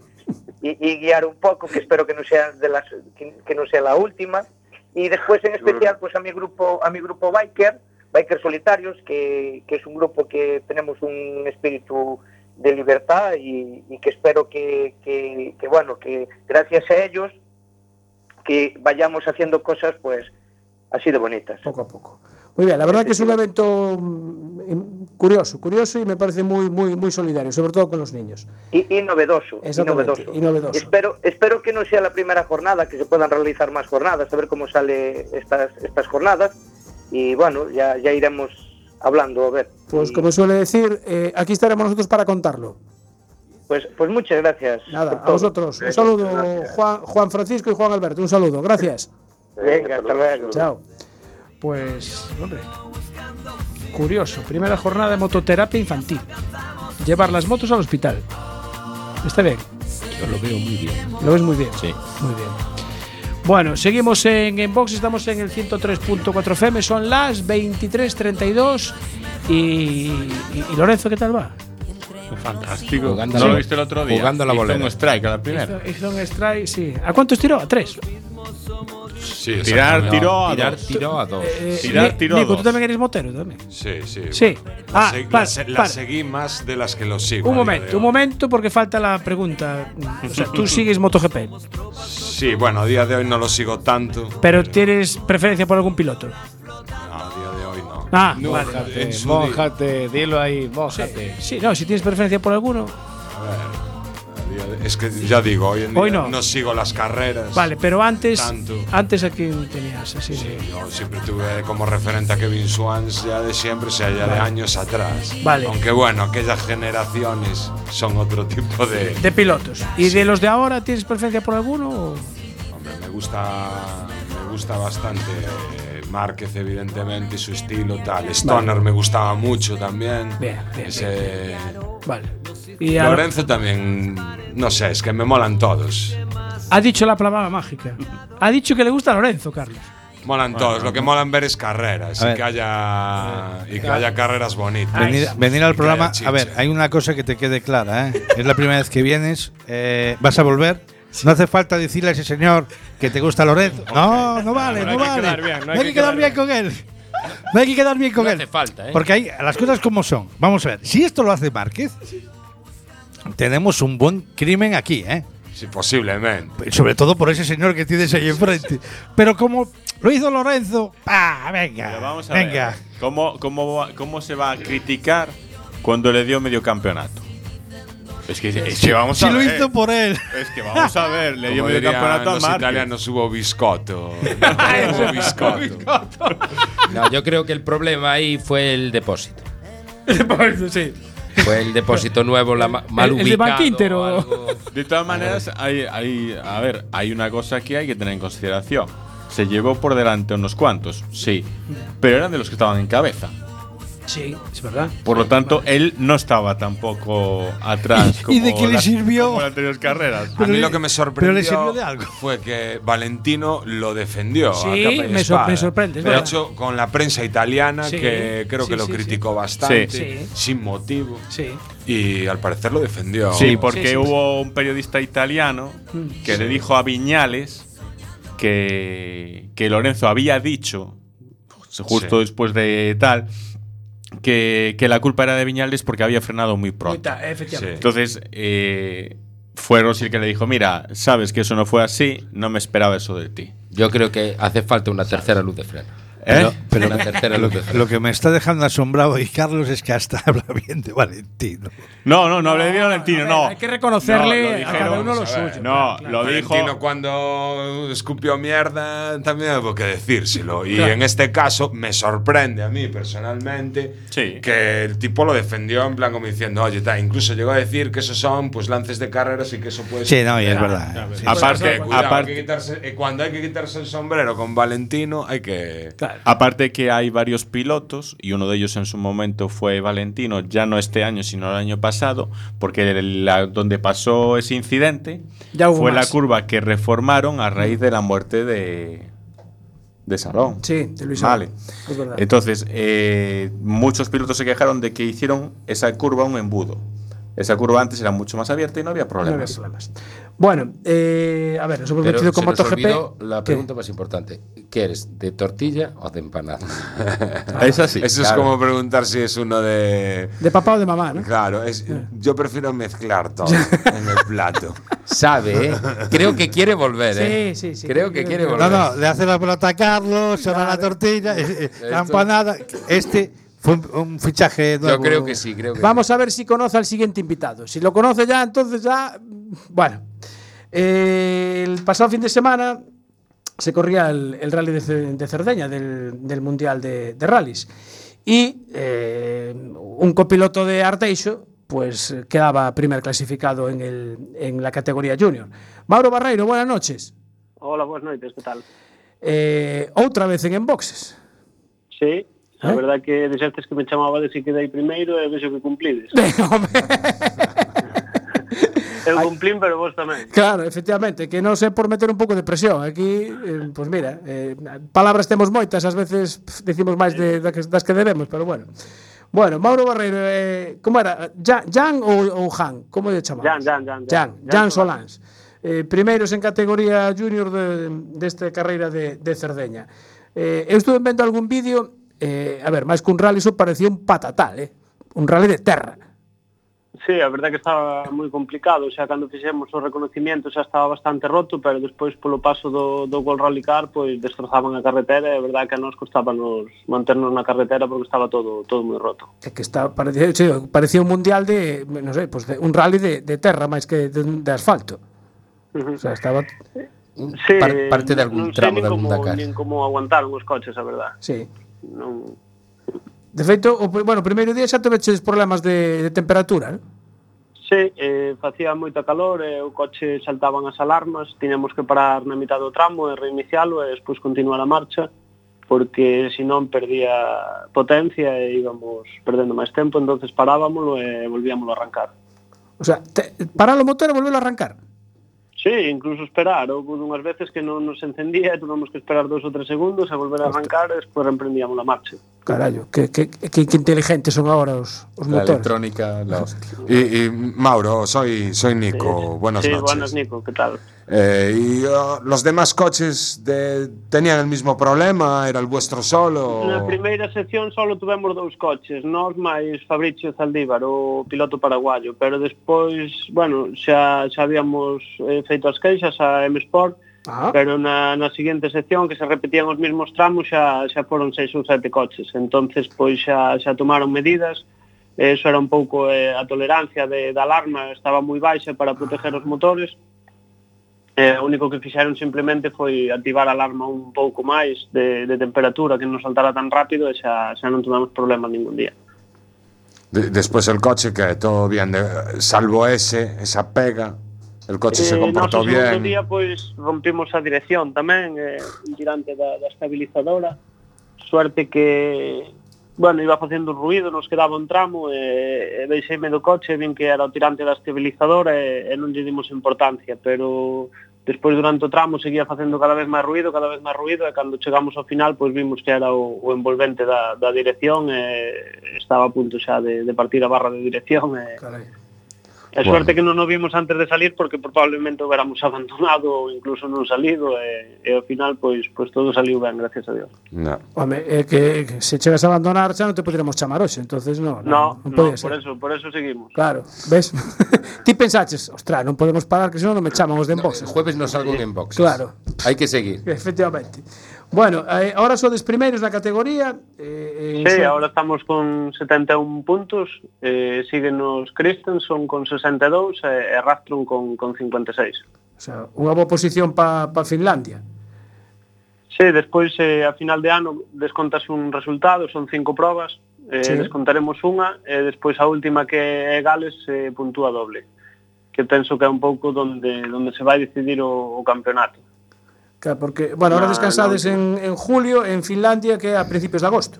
S9: y guiar un poco, que espero que no sea de las que, que no sea la última. Y después, en especial, pues a mi grupo, a mi grupo biker, biker solitarios, que, que es un grupo que tenemos un espíritu de libertad y, y que espero que, que- que, bueno, que gracias a ellos que vayamos haciendo cosas, pues así de bonitas.
S1: Poco a poco. Muy bien, la verdad que es un evento mm, em, curioso, curioso y me parece muy, muy, muy solidario, sobre todo con los niños.
S9: Y, y novedoso. y
S1: Exactamente,
S9: novedoso.
S1: y novedoso.
S9: Espero, espero que no sea la primera jornada, que se puedan realizar más jornadas, a ver cómo sale estas, estas jornadas. Y bueno, ya, ya iremos hablando, a ver.
S1: Pues
S9: Y-
S1: como suele decir, eh, aquí estaremos nosotros para contarlo.
S9: pues, pues muchas gracias.
S1: Nada,
S9: por
S1: a
S9: todo.
S1: vosotros. Un saludo, Juan, Juan Francisco y Juan Alberto. Un saludo, gracias.
S9: Venga, hasta luego.
S1: Chao. Pues, hombre, curioso. Primera jornada de mototerapia infantil. Llevar las motos al hospital. Está bien,
S4: Yo lo veo muy bien.
S1: lo ves muy bien.
S4: Sí.
S1: Muy bien. Bueno, seguimos en Inbox, estamos en el 103.4 FM, son las 23.32 y, y, y Lorenzo, ¿qué tal va?
S3: Fantástico.
S4: Jugando
S3: ¿No
S4: a
S3: lo
S4: la-
S3: viste el otro día?
S4: jugando a la
S3: Hizo
S4: bolera.
S3: un strike a la primera.
S1: Hizo, hizo un strike, sí. ¿A cuántos tiró? ¿A tres?
S6: Sí,
S3: Tirar,
S6: exactamente.
S3: tiró a
S6: Tirar,
S3: dos.
S6: tiró a dos.
S1: Eh,
S3: Tirar,
S1: Ni-
S3: tiró
S1: Nico,
S3: dos.
S1: tú también eres motero, también.
S6: Sí, sí.
S1: Sí.
S6: bueno. La,
S1: Ah,
S6: segui- la
S1: para,
S6: se- la
S1: para.
S6: seguí más de las que lo sigo.
S1: Un
S6: a día de
S1: momento, un
S6: hoy.
S1: momento, porque falta la pregunta. O sea, tú sigues MotoGP,
S6: Sí, bueno, a día de hoy no lo sigo tanto.
S1: pero tienes preferencia por algún piloto.
S6: No, a día de hoy no.
S1: Ah,
S6: No,
S1: vale.
S6: en
S5: Mójate,
S6: su
S5: mójate, dilo ahí, mójate.
S1: Sí, no, si tienes preferencia por alguno.
S6: día- a día de- Es que ya digo, hoy en día
S1: Hoy no.
S6: sigo las carreras.
S1: Vale, pero antes,
S6: Tanto.
S1: antes a quién tenías así. de-
S6: Yo siempre tuve como referente a Kevin Swans ya de siempre, o sea, ya de años atrás.
S1: Vale.
S6: Aunque bueno, aquellas generaciones son otro tipo de.
S1: De pilotos. ¿Y de los de ahora tienes preferencia por alguno? o?
S6: Hombre, me gusta, me gusta bastante eh, Márquez, evidentemente, y su estilo, tal. Stoner me gustaba mucho también.
S1: Bien, bien,
S6: Ese-
S1: Vale. Y a-
S6: Lorenzo también, no sé, es que me molan todos.
S1: ha dicho la palabra mágica. Ha dicho que le gusta a Lorenzo, Carlos.
S6: Molan todos, lo que molan ver es carreras
S7: A
S6: y
S7: ver.
S6: que, haya, y que haya carreras bonitas.
S7: Venir, venir
S6: Y
S7: al
S6: que
S7: programa,
S6: haya chicha.
S7: a ver, hay una cosa que te quede clara, ¿eh? es la primera vez que vienes, eh, vas a volver. No hace falta decirle a ese señor que te gusta Lorenzo. No, no vale, no,
S1: pues
S5: No hay que
S7: vale.
S5: quedar bien,
S7: no hay que quedar bien con él. No hay que quedar bien con
S4: No
S7: él.
S4: hace falta, ¿eh?
S7: Porque (laughs) hay las cosas como son. Vamos a ver, si esto lo hace Márquez, tenemos un buen crimen aquí, ¿eh?
S6: Sí, posiblemente.
S7: Sobre todo por ese señor que tienes ahí enfrente. Pero como lo hizo Lorenzo, ¡ah, venga!
S3: Pero vamos a
S7: venga.
S3: ver. ¿Cómo, cómo, va- ¿Cómo se va a criticar cuando le dio medio campeonato? Es que, es que vamos
S7: Si
S3: a
S7: lo
S3: ver.
S7: hizo por él.
S3: Es que vamos a ver. Le dio
S6: Como
S3: medio
S6: dirían
S3: campeonato a
S6: los
S3: Márquez.
S6: italianos, hubo biscotto. Hubo biscotto.
S4: (laughs) No, yo creo que el problema ahí fue el depósito.
S1: (laughs) sí.
S4: Fue el
S1: (laughs)
S4: depósito nuevo, la ma- mal
S1: el de
S4: ubicado.
S1: Bank Inter, o-
S4: algo.
S1: Pues,
S3: De todas maneras, hay, hay- a ver, hay una cosa que hay que tener en consideración. Se llevó por delante unos cuantos, sí, pero eran de los que estaban en cabeza.
S1: Sí, es verdad.
S3: Por lo tanto, él no estaba tampoco atrás.
S7: (laughs) ¿Y de
S3: como
S7: qué le
S3: las-
S7: sirvió?
S3: como las anteriores carreras.
S6: a mí lo que me sorprendió
S7: pero le sirvió de algo.
S6: fue que Valentino lo defendió.
S1: Sí,
S6: a capa y
S1: me sor-
S6: espada.
S1: me sorprende, es
S6: De
S1: verdad.
S6: hecho, con la prensa italiana,
S1: Sí,
S6: que creo
S1: sí,
S6: que lo
S1: sí,
S6: criticó bastante,
S1: Sí. Sí.
S6: sin motivo.
S1: Sí.
S6: Y al parecer lo defendió.
S3: Sí, porque
S1: Sí, sí,
S3: hubo un periodista italiano que le dijo a Viñales que, que Lorenzo había dicho,
S6: Sí.
S3: justo después de tal, que, que la culpa era de Viñales porque había frenado muy
S1: Muy
S3: pronto.
S1: ta- efectivamente.
S3: Entonces, eh, fue Rossi el que le dijo, mira, sabes que eso no fue así, no me esperaba eso de ti.
S4: Yo creo que hace falta una tercera luz de freno.
S3: ¿Eh?
S4: Pero una tercera
S3: (laughs)
S4: luz de freno.
S7: Lo que me está dejando asombrado y Carlos es que hasta (laughs) habla bien de Valentino.
S3: No, no, no hablé de Valentino,
S1: a ver,
S3: no.
S1: Hay que
S3: No,
S1: reconocerle
S3: lo
S1: a
S3: dijeron,
S1: cada uno lo
S6: vamos a ver.
S1: suyo.
S3: No,
S1: claro.
S3: lo dijo.
S6: Valentino cuando escupió mierda también hubo que decírselo. Y en este caso me sorprende a mí personalmente
S3: Sí.
S6: que el tipo lo defendió en plan como diciendo, oye, ta, incluso llegó a decir que esos son pues lances de carreras y que eso puede
S7: Sí, no, y es verdad. Sí.
S3: Aparte,
S6: Cuidado, hay que
S3: aparte,
S6: quitarse- eh, cuando hay que quitarse el sombrero con Valentino, hay que. (laughs)
S1: Claro.
S3: aparte que hay varios pilotos, y uno de ellos en su momento fue Valentino, ya no este año, sino el año pasado, porque el- la- donde pasó ese incidente
S1: Ya hubo
S3: fue
S1: más.
S3: la curva que reformaron a raíz de la muerte de, de Salón.
S1: Sí, de Luis
S3: Vale.
S1: Es verdad.
S3: Entonces, eh, muchos pilotos se quejaron de que hicieron esa curva un embudo. Esa curva antes era mucho más abierta y no había
S1: No
S3: problemas.
S1: había problemas. Bueno, eh, a ver, nos hemos
S4: Pero
S1: metido
S4: se
S1: con
S4: nos olvidó
S1: MotoGP.
S4: la
S1: ¿Qué?
S4: pregunta más importante. ¿Qué eres, de tortilla o de empanada?
S3: Es así.
S6: Eso es
S4: claro.
S6: como preguntar si es uno de.
S1: De papá o de mamá, ¿no?
S6: Claro, es, yo prefiero mezclar todo en el (laughs) plato.
S4: Sabe, ¿eh? Creo que quiere volver, ¿eh?
S1: Sí, sí, sí.
S4: Creo que quiere volver.
S7: No, no, le hace la pelota a Carlos, se va la tortilla, eh, eh, la empanada. Este fue un, un fichaje
S4: Yo
S7: nuevo.
S4: creo que sí, creo que
S1: Vamos a ver si conoce al siguiente invitado. Si lo conoce ya, entonces ya. Bueno. Eh, el pasado fin de semana se corría el, el rally de, Ce- de Cerdeña, del, del Mundial de, de Rallys. Y eh, un copiloto de Arteixo pues eh, quedaba primer clasificado en, el, en la categoría junior. Mauro Barreiro, buenas noches.
S11: Hola, boas noites, que tal?
S1: Eh, outra vez en en boxes.
S11: Sí, a
S1: Eh?
S11: verdad que dixestes que me chamaba de si quedei primeiro e vexo que
S1: (laughs)
S11: cumplides. Eu cumplín, pero vos tamén.
S1: Claro, efectivamente, que non sei por meter un pouco de presión Aquí, eh, pois pues mira, eh, palabras temos moitas Ás veces pf, dicimos máis de, das, que, das que debemos, pero bueno Bueno, Mauro Barreiro, eh, como era? Jan, Jan ou, ou Han? Como lle chamamos?
S11: Jan, Jan, Jan,
S1: Jan,
S11: Jan.
S1: Jan
S11: Jan
S1: Solans eh, Primeiros en categoría junior de- desta de carreira de, de Cerdeña eh, Eu estuve vendo algún vídeo eh, A ver, máis que un rally, iso parecía un patatal, eh? Un rally de terra
S11: Sí, a verdad que estaba moi complicado, xa cando fixemos o reconocimiento xa estaba bastante roto, pero despois polo paso do, do Gol Rally Car, pois destrozaban a carretera e a verdad que a nos costábanos manternos na carretera porque estaba todo todo moi roto.
S1: É que está parecía, sí, parecía un mundial de, non sei, pues de un rally de, de terra máis que de, de asfalto.
S11: Ujú.
S1: O sea, estaba,
S4: Un
S11: Sí,
S4: Mm. par- parte de algún
S11: non sei
S4: tramo
S11: nin
S4: de algún
S11: como,
S4: Dakar.
S11: Nin como aguantaron os coches, a verdad.
S1: sí.
S11: Non,
S1: De feito, o, pri- bueno, o primeiro día xa teveches problemas de, de temperatura, non?
S11: Sí, eh, facía moita calor, eh, o coche saltaban as alarmas, tiñamos que parar na mitad do tramo e reinicialo e despois continuar a marcha, porque senón perdía potencia e íbamos perdendo máis tempo, entonces parábamolo e volvíamolo a arrancar.
S1: O sea, te, parar o motor e volvelo a arrancar.
S11: Sí, incluso esperar, houve unhas veces que non nos encendía e tuvemos que esperar dos ou tres segundos e volver a arrancar e despois reemprendíamos a marcha.
S1: Carallo, que, que, que, que inteligentes son agora os, os
S3: La
S1: motores.
S3: electrónica, la hostia.
S6: Y, y, Mauro, soy, soy Nico. buenas
S11: sí,
S6: noches.
S11: buenas Nico, que tal?
S6: Eh, ¿Y oh, los demás coches de- tenían el mismo problema? ¿Era el vuestro solo?
S11: Na primeira sección só tivemos dous coches, nós máis Fabricio Zaldívar, o piloto paraguayo, pero despois, bueno, xa, xa habíamos eh, feito as queixas a M Sport,
S1: Ah,
S11: pero na, na seguinte sección que se repetían os mesmos tramos xa, xa foron seis ou sete coches, entonces pois xa, xa tomaron medidas, e eso era un pouco eh, a tolerancia de, da alarma, estaba moi baixa para proteger os motores, Eh, o único que fixeron simplemente foi activar a alarma un pouco máis de, de temperatura que non saltara tan rápido e xa, xa non tivemos problema ningún día.
S6: De- después el coche, que todo bien, de- salvo ese, esa pega. El coche se comportó
S11: Eh, no,
S6: bien.
S11: día pois rompimos a dirección tamén eh, tirante da, da estabilizadora. Suerte que bueno, iba facendo ruido, nos quedaba un tramo e, e deixeime do coche, vin que era o tirante da estabilizadora e, e non lle dimos importancia, pero despois durante o tramo seguía facendo cada vez máis ruido, cada vez máis ruido e cando chegamos ao final pois vimos que era o, o envolvente da, da dirección e estaba a punto xa de, de partir a barra de dirección e, e
S9: Bueno.
S11: suerte que non o vimos antes de salir porque probablemente o veramos (laughs) abandonado ou incluso non salido e, e ao final pois pois todo saliu ben, gracias a Dios.
S6: No.
S1: Home, é que, que se chegas a abandonar xa non te poderemos chamar hoxe, entonces no,
S11: No, no,
S1: no, non Ah, podía
S11: por
S1: ser.
S11: eso, por eso seguimos.
S1: Claro, ves? (laughs) Ti pensaches, ostra, non podemos parar que senón non me chaman os de Enboxes.
S4: El jueves no salgo en boxes.
S1: Claro.
S4: Hay que seguir.
S1: Efectivamente. Bueno, eh, ahora sodes primeiros na categoría. Eh, eh,
S11: Sí,
S1: son-
S11: ahora estamos con 71 puntos, eh, siguen os Christensen con 62 e, e Raftrum con, con 56.
S1: O sea, unha boa posición pa, pa Finlandia.
S11: Sí, despois eh, a final de ano descontase un resultado, son cinco probas, eh,
S1: Sí.
S11: sí. descontaremos unha e despois a última que é Gales eh, puntúa doble, que penso que é un pouco donde donde se vai decidir o, o campeonato.
S1: Claro, porque, bueno, ahora
S11: Na-
S1: descansades
S11: na
S1: en, en julio en Finlandia que é a principios de agosto.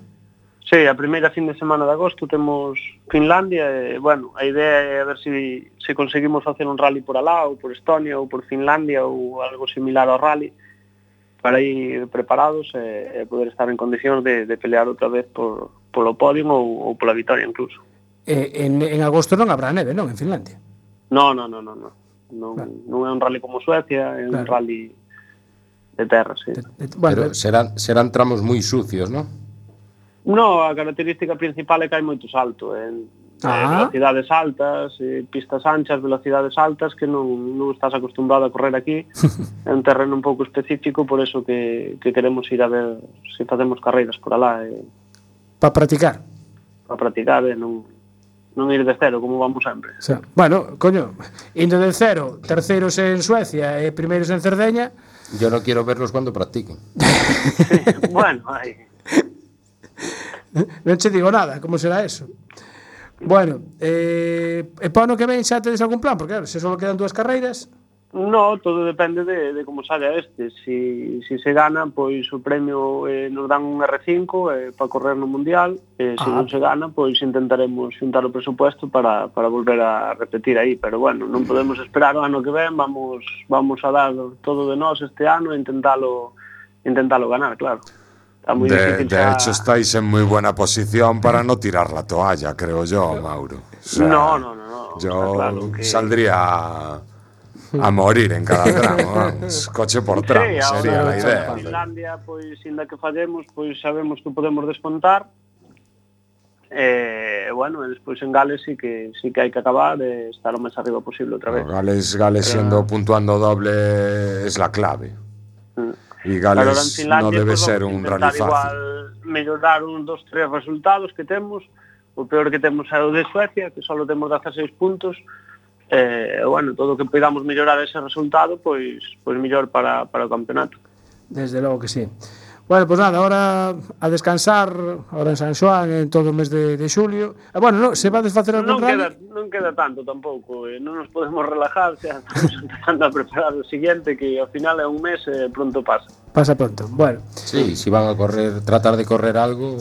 S11: Sí, a primeira fin de semana de agosto temos Finlandia e, bueno, a idea é a ver se se conseguimos facer un rally por alá ou por Estonia ou por Finlandia ou algo similar ao rally para ir preparados e, e poder estar en condicións de, de pelear outra vez por, polo podium ou, ou pola victoria incluso.
S1: Eh, en, en agosto non habrá neve, non, en Finlandia.
S11: No, no, no, no, no. Non, non é un rally como Suecia, é un
S1: Claro.
S11: rally de terra, sí.
S4: Pero serán, serán tramos muy sucios, ¿no?
S11: No, a característica principal é que hai moito salto, en
S4: Ah.
S11: ah. velocidades altas, eh, pistas anchas, velocidades altas que non, non estás acostumbrado a correr aquí. é un terreno un pouco específico, por eso que, que queremos ir a ver se facemos carreiras por alá eh,
S1: Para practicar.
S11: a practicar, eh, non non ir de cero como vamos sempre.
S1: O sea, bueno, coño, indo de cero, terceiros en Suecia e primeiros en Cerdeña,
S4: Yo no quiero verlos cuando practiquen.
S11: (laughs) bueno, aí
S1: (laughs) non che digo nada, como será eso? Bueno, eh, e pa ano que ven xa tedes algún plan? Porque claro, se só quedan dúas carreiras,
S11: No, todo depende de, de como saia este. Si, si se gana, pois o premio eh, nos dan un R5 eh, para correr no Mundial. Eh, se
S1: Ah.
S11: non se gana, pois intentaremos xuntar o presupuesto para, para volver a repetir aí. Pero
S6: Mm.
S11: bueno, non podemos esperar o ano que ven. Vamos vamos a dar todo de nós este ano e intentalo, intentalo ganar, claro. Está
S6: De,
S11: moi difícil
S6: de
S11: xa-
S6: hecho, estáis en muy buena posición para no tirar la toalla, creo yo, Mauro. O sea,
S11: no, no, no, no.
S6: Yo saldría a, a morir en
S11: (laughs)
S6: cada tramo, vamos, coche por tramo,
S11: Sí,
S6: sería
S11: ahora
S6: la idea.
S11: Finlandia, pois, inda que fallemos, pois sabemos que podemos descontar. E, eh, bueno, e despois en Gales sí que sí que hai que acabar de estar o máis arriba posible outra vez.
S6: Gales, Gales siendo puntuando doble es la clave.
S11: Mm.
S6: Y
S11: Claro, ahora en
S6: Gales no
S11: Finlandia,
S6: debe
S11: pois,
S6: ser
S11: vamos
S6: un
S11: intentar
S6: rally fácil.
S11: igual mellorar un, dos, tres resultados que temos. O peor que temos é o de Suecia, que só temos 16 puntos. Eh, e, bueno, todo o que podamos mellorar ese resultado, pois pois mellor para, para o campeonato.
S1: desde logo que sí. Bueno, pois pues nada, ahora a descansar, ahora en San Xoán, en todo o mes de, de xulio. Ah, bueno, no, se va a desfacer algún
S11: non queda,
S1: rally?
S11: non queda tanto tampouco, eh, non nos podemos relajar, xa estamos (laughs) empezando a preparar o siguiente que ao final é un mes e eh, pronto pasa.
S1: Pasa pronto. Bueno,
S4: Sí, si van a correr, tratar de correr algo,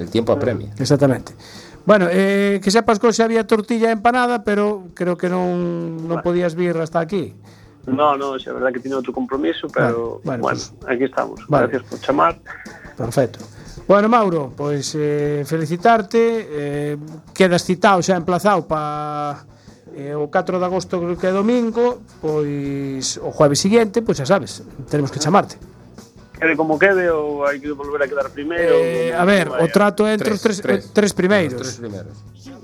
S4: el tiempo apremia.
S1: exactamente. Bueno, eh, que sepas que hoxe había tortilla e empanada, pero creo que non, non podías vir hasta aquí.
S11: No, no, xa é verdad que tiña outro compromiso, pero
S1: Vale, vale,
S11: bueno, aquí estamos.
S1: vale.
S11: Gracias por chamar.
S1: Perfecto. Bueno, Mauro, pois eh, felicitarte, eh, quedas citado xa emplazado pa eh, o 4 de agosto creo que é domingo, pois o jueves siguiente, pois xa sabes, tenemos que chamarte.
S11: Quede como quede ou hai que volver a quedar primeiro.
S1: Eh, a ver, o trato é entre os tres, tres, tres primeiros. Tres
S4: primeiros.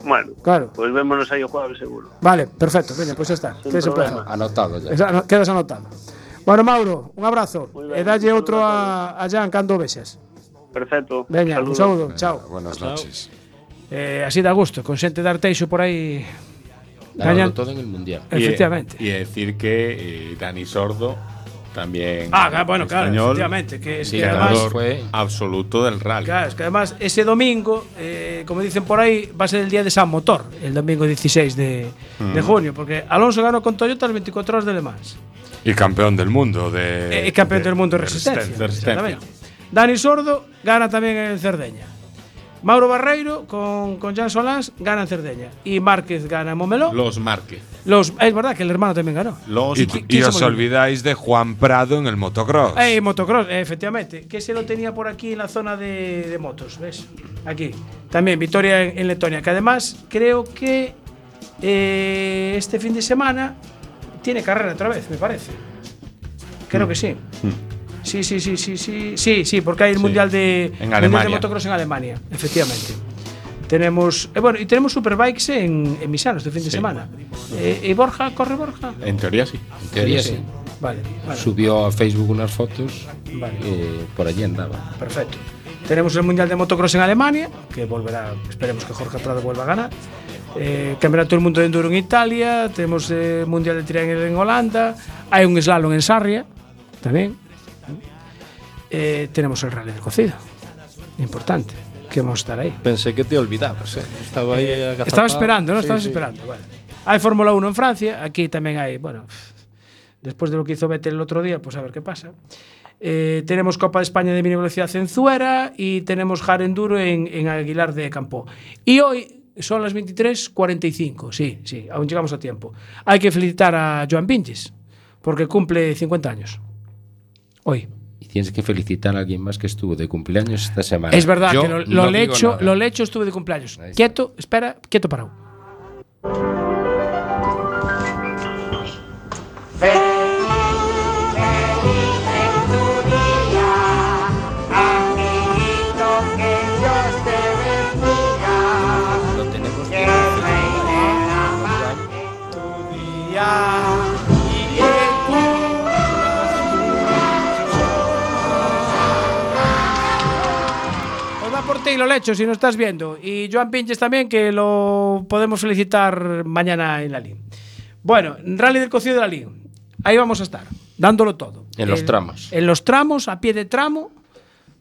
S11: Bueno,
S1: Claro.
S11: pois vémonos aí o jueves seguro.
S1: Vale, perfecto, veña, pois xa está. Quedas emplazado.
S4: Anotado ya.
S1: Esa- ano- Quedas anotado. Bueno, Mauro, un abrazo. E dalle outro a, a Jan cando o vexas.
S11: Perfecto.
S1: Veña, un saludo, chao.
S6: Buenas noches.
S12: Eh, así da gusto, con xente de Arteixo por aí gañan-
S3: Y, eh,
S12: Efectivamente.
S3: Y, decir que eh, Dani Sordo también.
S12: Ah, ca- bueno, claro,
S3: español,
S12: efectivamente, que es que
S3: ganador
S12: además-
S3: absoluto del rally.
S12: Claro, es que además ese domingo, eh, como dicen por ahí, va a ser el día de San Motor, el domingo 16 de,
S6: Mm.
S12: de junio, porque Alonso ganó con Toyota las 24 horas de Le Mans.
S6: Y campeón del mundo de.
S12: Eh, campeón
S6: de-
S12: del mundo de
S6: de
S12: resistencia.
S6: resistencia.
S12: exactamente. Dani Sordo gana también en Cerdeña.
S1: Mauro Barreiro con, con Jan Solans gana en Cerdeña y Márquez gana en Momeló.
S3: Los Márquez.
S1: Los, es verdad que el hermano también ganó.
S3: Los
S6: y,
S1: qui-
S6: y
S1: quién se
S6: os
S1: movió?
S6: olvidáis de Juan Prado en el motocross.
S3: Pues-
S1: Eh, motocross, eh, efectivamente. Que se lo tenía por aquí en la zona de, de motos, ¿ves? Aquí. También victoria en, en Letonia. Que además creo que eh, este fin de semana tiene carrera otra vez, me parece. Creo que sí. Sí, sí, sí, sí, sí. Sí, sí, porque hay el
S3: Mm. Sí.
S1: Mundial de, Mundial de
S3: Alemania.
S1: Motocross en Alemania, efectivamente. Tenemos, eh, bueno, y tenemos Superbikes en, en Misano este fin de semana. Eh, ¿Y Borja? ¿Corre Borja?
S3: En teoría sí.
S4: En teoría sí.
S1: Vale, vale.
S4: Subió a Facebook unas fotos.
S1: Vale.
S4: eh, por allí andaba.
S1: Perfecto. Tenemos el Mundial de Motocross en Alemania, que volverá, esperemos que Jorge Prado vuelva a ganar. Eh, Campeonato del Mundo de Enduro en Italia, tenemos el Mundial de Triángulo en Holanda, hay un slalom en Sarria, también. Eh, tenemos el Rally del Cocido, importante, que vamos a estar ahí.
S5: Pensé que te olvidabas, eh. Estaba ahí agazapado.
S1: Estaba esperando, ¿no?
S5: Sí,
S1: Estabas
S5: sí.
S1: esperando. vale. Hay Fórmula 1 en Francia, aquí también hay, bueno, después de lo que hizo Vettel el otro día, pues a ver qué pasa. Eh, tenemos Copa de España de mini velocidad en Zuera y tenemos Hard Enduro en, en Aguilar de Campo. Y hoy son las 23.45, sí, sí, aún llegamos a tiempo. Hay que felicitar a Joan Vinges, porque cumple 50 años. Hoy.
S4: Y tienes que felicitar a alguien más que estuvo de cumpleaños esta semana.
S1: es verdad
S4: Yo
S1: que lo, lo
S4: no digo
S1: lecho,
S4: nada.
S1: lo lecho estuve de cumpleaños.
S4: Ahí está.
S1: Quieto, espera, quieto parado. Os va por ti lo lecho si no estás viendo. Y Joan Pinches también, que lo podemos felicitar mañana en la Liga. Bueno, Rally del Cocido de la Liga. Ahí vamos a estar, dándolo todo.
S4: En los
S1: El-
S4: tramos.
S1: En los tramos, a pie de tramo,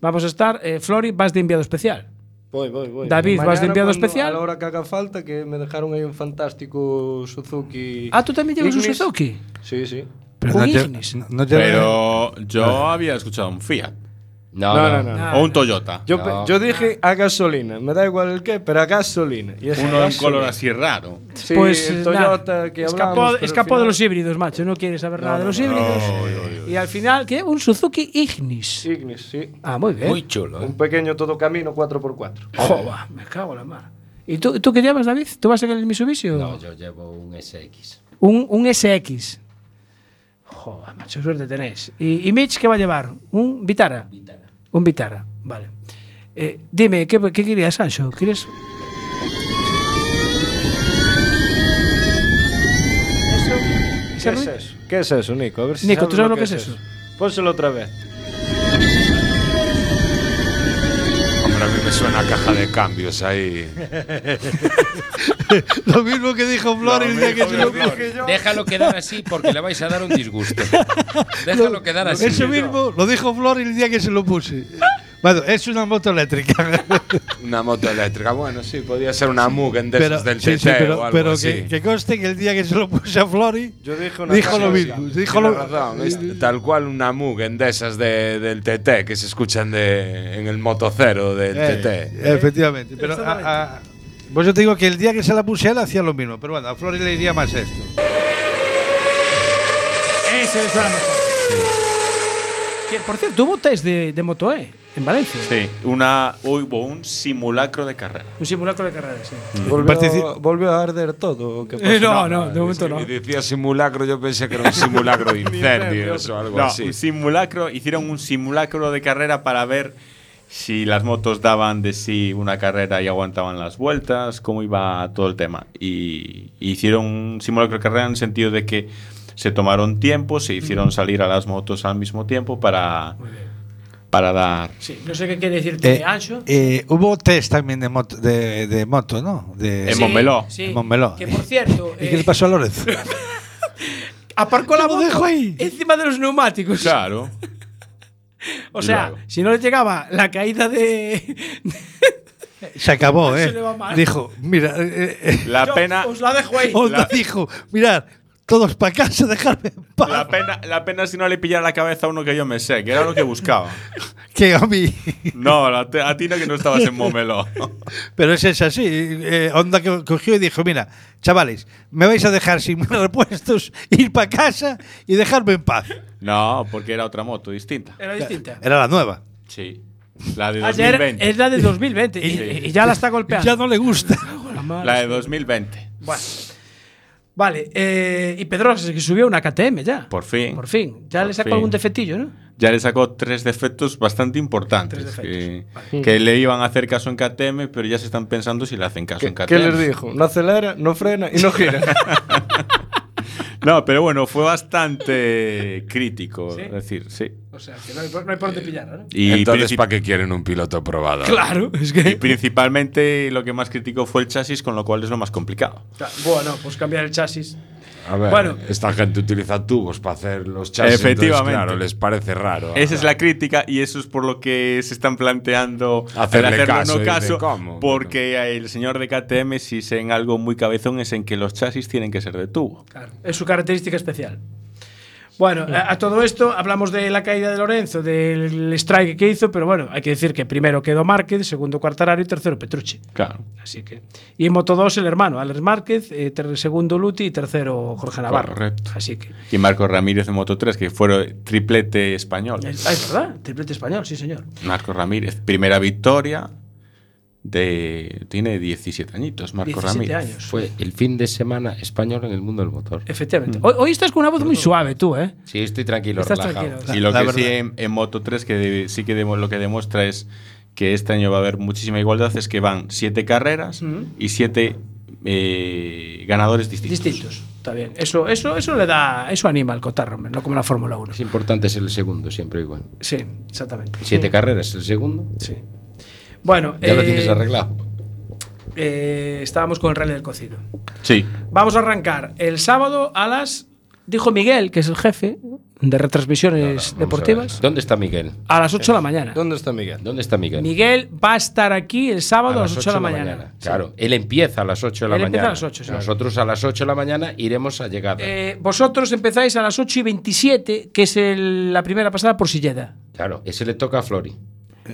S1: vamos a estar. eh, Flori, vas de enviado especial.
S5: Voy, voy, voy.
S1: David,
S5: Mañana
S1: ¿vas de enviado
S5: cuando-
S1: especial?
S5: A la hora que haga falta, que me dejaron ahí un fantástico Suzuki.
S1: Ah, ¿tú también llevas un
S5: Ignis.
S1: Suzuki?
S5: Sí, sí.
S7: Pero
S1: Un
S7: no lle-
S1: Ignis.
S7: no- no lleva-
S3: Pero yo había escuchado un Fiat.
S4: No,
S5: No,
S4: no,
S5: no,
S1: no.
S3: O un Toyota.
S5: Yo,
S4: No.
S5: pe- yo dije a gasolina, me da igual el qué, pero a gasolina. Y es
S3: Uno de un
S5: gasolina.
S3: color así raro.
S5: Sí,
S1: pues
S5: el
S1: eh,
S5: Toyota
S1: nada.
S5: que
S1: escapó,
S5: hablamos, pero al
S1: escapó de
S5: final-
S1: los híbridos, macho. No quiere saber nada de los híbridos. Y al final, ¿qué? Un Suzuki Ignis.
S5: Ignis, sí.
S1: Ah, muy bien.
S4: Muy chulo. ¿eh?
S5: Un pequeño todocamino 4x4.
S1: Jova, me cago en la mar. ¿Y tú, tú qué llevas, David? ¿Tú vas en el Mitsubishi o
S4: No, yo llevo un SX.
S1: un, un SX? Joder, macho, suerte tenéis. ¿Y, y Mitch qué va a llevar? ¿Un Vitara? Un Vitara, vale. Eh, dime, ¿qué, ¿qué querías, Sancho? ¿Quieres...?
S5: ¿Qué es eso? ¿Qué es eso, Nico? A ver si
S1: Nico, ¿tú sabes lo que es eso?
S5: Pónselo otra vez.
S6: Hombre, a mí me suena a caja de cambios ahí.
S7: (laughs) Lo mismo que dijo Flor el día que se lo coge.
S4: Déjalo quedar así porque le vais a dar un
S7: (laughs)
S4: disgusto. Déjalo quedar así.
S7: Eso mismo lo dijo Flor el día que se lo puse. Bueno, eh, es una moto eléctrica.
S6: (laughs) Una moto eléctrica. Bueno, sí, podía ser una Mugen de
S7: pero
S6: esas del
S7: sí, sí,
S6: teteo
S7: pero,
S6: o algo
S7: pero
S6: así.
S7: que, que conste que el día que se lo puse a Flori,
S5: Yo dije una
S7: dijo
S5: cosa
S7: lo
S5: así.
S7: mismo. Dijo
S6: Tiene
S7: lo,
S6: razón,
S5: este.
S6: es tal cual una Mugen de esas de- del TT que se escuchan de, en el motocero del
S7: Eh,
S6: TT.
S7: efectivamente. Pero a- a- pues yo te digo que el día que se la puse a él hacía lo mismo. Pero bueno, a Flori le iría más esto.
S1: Ese es Que, por cierto, hubo test de, E. de MotoE en Valencia.
S3: Sí, una, hubo un simulacro de carrera.
S1: Un simulacro de carreras, sí.
S7: Mm.
S5: Volvió,
S7: Partici-
S5: volvió a arder todo. ¿o qué pasó?
S1: Eh, (laughs) no, no, de momento
S6: Es que
S1: no.
S6: me decía simulacro, yo pensé que era un simulacro
S1: (laughs)
S6: de incendios o algo
S3: No,
S6: así.
S3: un simulacro, hicieron un simulacro de carrera para ver si las motos daban de sí una carrera y aguantaban las vueltas, cómo iba todo el tema. Y hicieron un simulacro de carrera en el sentido de que se tomaron tiempo, se
S1: Mm.
S3: hicieron salir a las motos al mismo tiempo para, para dar...
S1: Sí, no sé qué quiere decirte,
S7: Eh,
S1: Ancho.
S7: eh, hubo test también de moto, de, de moto ¿no? De,
S3: En Sí, Montmeló.
S1: Sí,
S7: en Montmeló.
S1: Que por cierto.
S7: ¿Y qué
S1: eh,
S7: le pasó a Lórez?
S1: (laughs) Aparcó la
S7: Lo
S1: moto
S7: dejo ahí.
S1: encima de los neumáticos.
S3: Claro.
S1: (laughs) o sea,
S3: Claro.
S1: si no le llegaba la caída de. (laughs)
S7: Se acabó,
S1: Se
S7: ¿eh?
S1: le va mal.
S7: Dijo, mira, eh, eh,
S3: La
S1: Yo
S3: pena...
S1: Os la dejo ahí.
S7: Honda dijo, mirad, todos para casa, dejarme en paz.
S1: (laughs)
S3: La pena, la pena si no le pillara la cabeza a uno que yo me sé, que era lo que buscaba.
S7: que a mí.
S3: (laughs) No, a, te- a ti no que no estabas en Momeló.
S7: Pero es es así. eh, onda que cogió y dijo, mira, chavales, me vais a dejar sin (laughs) repuestos, ir para casa y dejarme en paz.
S3: (laughs) No, porque era otra moto distinta.
S1: Era distinta.
S7: Era la nueva.
S3: Sí. La de
S1: Ayer
S3: 2020.
S1: es la de 2020 y,
S3: Sí.
S1: y ya la está
S5: (laughs)
S1: golpeando.
S7: Ya no le
S1: (laughs)
S7: gusta.
S3: La de 2020.
S1: Bueno. Vale, eh, y Pedrosa que subió una KTM ya.
S3: Por fin.
S1: Por fin. Ya le sacó
S3: fin.
S1: algún defectillo, ¿no?
S3: Ya le sacó tres defectos bastante importantes. Que, que le iban a hacer caso en KTM, pero ya se están pensando si le hacen caso en KTM.
S5: ¿Qué les dijo? No acelera, no frena y no
S7: (laughs)
S5: gira.
S3: (laughs) No, pero bueno, fue bastante crítico. Es decir, sí.
S1: O sea, que no hay, no hay por dónde pillarla, ¿no?
S3: Y
S6: Entonces,
S3: princip-
S6: ¿para qué quieren un piloto probado?
S1: Claro, es que.
S3: Y principalmente lo que más criticó fue el chasis, con lo cual es lo más complicado.
S1: Ta- Bueno, pues cambiar el chasis.
S6: A ver,
S1: Bueno.
S6: esta gente utiliza tubos para hacer los chasis. entonces,
S3: Efectivamente.
S6: claro, les parece raro.
S3: Esa es la crítica y eso es por lo que se están planteando
S6: Hacerle
S3: el hacerle
S6: caso,
S3: o no
S6: dicen,
S3: caso.
S6: ¿cómo?
S3: Porque el señor de KTM, si se en algo muy cabezón, es en que los chasis tienen que ser de tubo.
S1: Es su característica especial. Bueno, a, a todo esto hablamos de la caída de Lorenzo, del strike que hizo, pero bueno, hay que decir que primero quedó Márquez, segundo Cuartararo y tercero Petrucci.
S3: Claro.
S1: Así que. Y en Moto 2 el hermano, Alex Márquez, eh, ter- segundo Luti y tercero Jorge Navarro.
S3: Correcto.
S1: Así que.
S3: Y Marco Ramírez de Moto3, que fueron triplete español.
S1: Ah, es verdad, triplete español, sí señor.
S3: Marco Ramírez, primera victoria de. Tiene 17 añitos, Marco
S1: 17
S3: Ramírez.
S1: años. Eh,
S4: Fue el fin de semana español en el mundo del motor.
S1: Efectivamente. Hoy, hoy estás con una voz muy suave tú, ¿eh?
S4: Sí, estoy tranquilo,
S1: Estás
S4: relajado.
S1: tranquilo.
S3: Y lo
S1: La
S3: que
S1: verdad.
S3: sí en, en Moto 3 que de- sí que demo- lo que demuestra es que este año va a haber muchísima igualdad es que van siete carreras
S1: Ujú.
S3: y siete eh, ganadores distintos.
S1: Distintos. Está bien. Eso, eso, eso le da. Eso anima al cotarro, hombre, no como la Fórmula 1.
S4: Es importante ser el segundo, siempre igual.
S1: Sí, exactamente.
S4: Siete carreras, el segundo.
S1: Sí. Bueno,
S4: Ya lo
S1: eh,
S4: tienes arreglado.
S1: eh, estábamos con el rally del cocido.
S3: Sí.
S1: Vamos a arrancar el sábado a las. Dijo Miguel, que es el jefe de retransmisiones deportivas,
S4: ¿Dónde está Miguel?
S1: a las 8 de la mañana.
S5: ¿Dónde está Miguel?
S4: ¿Dónde está Miguel?
S1: Miguel va a estar aquí el sábado a las 8 de la mañana.
S4: Claro, él empieza a las 8 de la
S1: Él
S4: mañana.
S1: empieza a las 8, sí.
S4: Nosotros a las 8 de la mañana iremos a llegada.
S1: Eh, vosotros empezáis a las 8 y 27, que es el- la primera pasada por Silleda.
S4: Claro, ese le toca a Flori.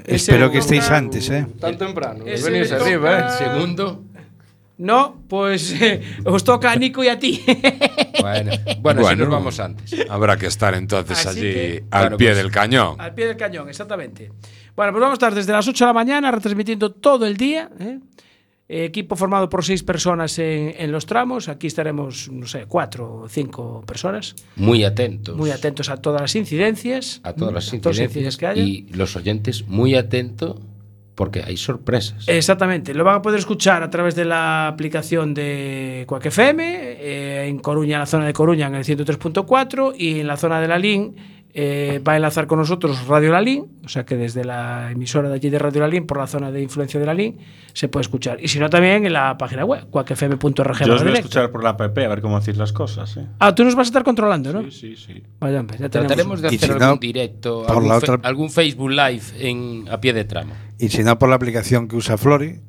S7: Espero que estéis antes, ¿eh?
S5: Tan temprano.
S1: Ese
S5: venís
S1: le toca-
S5: arriba, ¿eh?
S4: Segundo.
S1: No, pues eh, os toca a Nico y a ti.
S4: Bueno, bueno, así
S6: Bueno.
S4: nos vamos antes.
S6: Habrá que estar entonces
S1: Así
S6: allí
S1: que-
S6: al
S4: Claro,
S6: pie
S4: pues.
S6: del cañón.
S1: Al pie del cañón, exactamente. Bueno, pues vamos a estar desde las 8 de la mañana retransmitiendo todo el día. ¿eh? Eh, Equipo formado por seis personas en, en los tramos. Aquí estaremos, no sé, cuatro o cinco personas.
S4: Muy atentos.
S1: Muy atentos a todas las incidencias.
S4: A todas las
S1: Mm, A todas las
S4: incidencias
S1: que haya.
S4: y los oyentes muy atentos porque hay sorpresas.
S1: Exactamente, lo van a poder escuchar a través de la aplicación de Quack FM, eh, en Coruña, en la zona de Coruña, en el 103.4 y en la zona de Lalín eh, va a enlazar con nosotros Radio Lalín, o sea que desde la emisora de allí de Radio Lalín, por la zona de influencia de Lalín, se puede escuchar. Y si no, también en la página web, cuacfm.org.
S3: Yo os voy a
S1: directo.
S3: escuchar por la app a ver cómo hacéis las cosas. ¿eh?
S1: Ah, tú nos vas a estar controlando, ¿no?
S3: Sí, sí.
S1: Vaya, hombre, ya tenemos.
S4: Trataremos de
S7: Y
S4: hacer
S7: si
S4: algún
S7: no,
S4: directo,
S7: por
S4: algún,
S7: la
S4: fe-
S7: otra-
S4: algún Facebook Live en, a pie de tramo.
S7: Y si no, por la aplicación que usa Flori,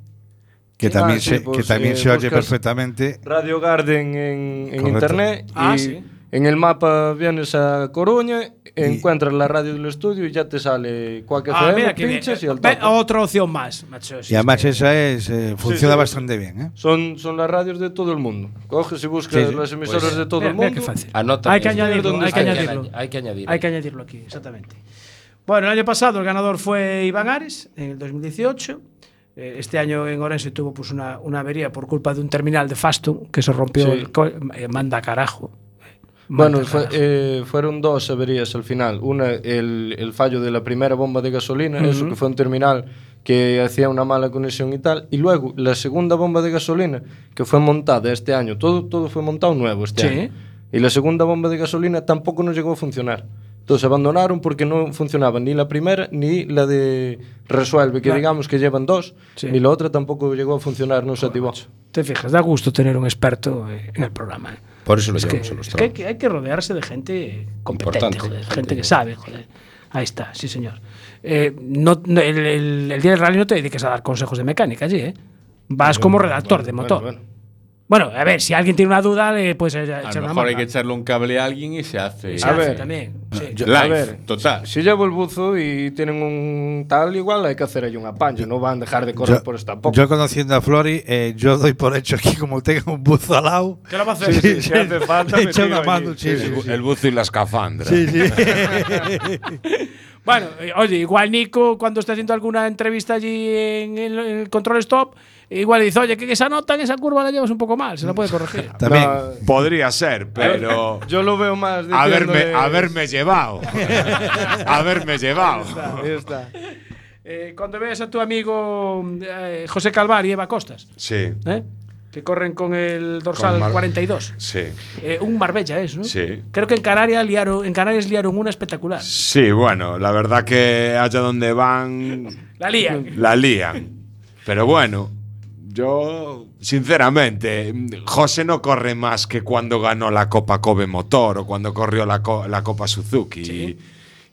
S7: que
S5: Sí,
S7: también,
S5: ah, sí,
S7: se,
S5: pues,
S7: que también
S5: eh,
S7: se oye
S5: buscas-
S7: perfectamente.
S5: Radio Garden en, en
S7: Correcto.
S5: internet.
S1: Ah,
S5: y
S1: sí.
S5: En el mapa vienes a Coruña, encuentras la radio del estudio y ya te sale cualquier
S1: Ah, mira, que bien.
S5: pinchas y al
S1: Ve-
S5: tope.
S1: otra opción más, macho.
S7: Y además esa es, eh, funciona bastante bien, ¿eh?
S5: Son, son las radios de todo el mundo. Coges y buscas
S7: Sí, sí.
S5: las emisoras
S4: Pues,
S5: de todo
S1: Mira,
S5: el
S1: mira
S5: mundo.
S1: qué fácil.
S4: Anota
S1: hay que
S4: bien.
S1: añadirlo, hay que
S4: Hay que
S1: añadirlo.
S4: aña- hay que añadirlo.
S1: Hay que añadirlo aquí, exactamente. Bueno, el año pasado el ganador fue Iván Ares, en el 2018. Eh, Este año en Orense tuvo pues, una, una avería por culpa de un terminal de Fastum que se rompió.
S5: Sí.
S1: el co- eh, manda carajo.
S5: Bueno,
S1: Manda
S5: fue-
S1: carajo.
S5: eh, fueron dos averías al final. Una, el, el fallo de la primera bomba de gasolina, eso que fue un terminal que hacía una mala conexión y tal. Y luego, la segunda bomba de gasolina, que fue montada este año. Todo, todo fue montado nuevo este
S1: Sí.
S5: año. Y la segunda bomba de gasolina tampoco nos llegó a funcionar. Entonces abandonaron porque no funcionaba ni la primera ni la de Resuelve, que
S1: Claro.
S5: digamos que llevan dos,
S1: Sí.
S5: ni la otra tampoco llegó a funcionar, no se activó.
S1: Te fijas, da gusto tener un experto eh, en el programa. eh.
S4: Por eso lo
S1: Es que,
S4: llevamos a los
S1: es que hay
S4: tramos.
S1: que hay que rodearse de gente competente,
S4: Importante,
S1: joder,
S4: gente
S1: gente que
S4: que-
S1: sabe, joder. Ahí está, sí señor. Eh, no, no, el, el- el día del rally no te dediques a dar consejos de mecánica allí, ¿eh? Vas como redactor de motor.
S5: Bueno, bueno.
S1: Bueno, a ver, si alguien tiene una duda, le puedes echar
S3: A
S1: una
S3: lo mejor
S1: mano.
S3: hay que echarle un cable a alguien y se hace.
S1: Y se A hace ver. también, sí.
S3: Yo-
S5: a
S3: Live,
S5: ver,
S3: total.
S5: Si llevo el buzo y tienen un tal, igual hay que hacer ahí un apaño. No van a dejar de correr por esta poca.
S7: Yo conociendo a Flori, eh, yo doy por hecho aquí como tenga un buzo al lado.
S5: ¿Qué lo va a hacer? Sí, si hace falta,
S7: (laughs) le
S5: me
S7: echa
S5: tiro
S7: una
S5: ahí.
S7: mano, sí,
S6: el,
S7: sí,
S6: bu-
S7: sí.
S6: el buzo y la escafandra.
S7: Sí, sí.
S1: (laughs) Bueno, eh, oye, igual Nico, cuando está haciendo alguna entrevista allí en el, en el control stop, igual dice, oye, que esa nota en esa curva la llevas un poco mal, se la puede corregir.
S7: También.
S6: Podría ser, pero.
S5: Yo lo veo más.
S6: (laughs) Haberme,
S5: diciéndole-
S6: haberme
S5: (laughs)
S6: llevado. haberme llevado.
S5: Ahí está.
S1: Eh, cuando veas a tu amigo eh, José Calvar y Eva Costas,
S6: Sí.
S1: ¿eh? que corren con el dorsal
S6: Con Mar-
S1: 42,
S6: Sí.
S1: eh, un Marbella es, ¿no?
S6: Sí.
S1: Creo que en Canarias liaron, en Canarias liaron una espectacular.
S6: Sí, bueno, la verdad que allá donde van,
S1: La lían.
S6: la lían. Pero bueno, yo, sinceramente, José no corre más que cuando ganó la Copa Kobe Motor o cuando corrió la, co- la Copa Suzuki. Y,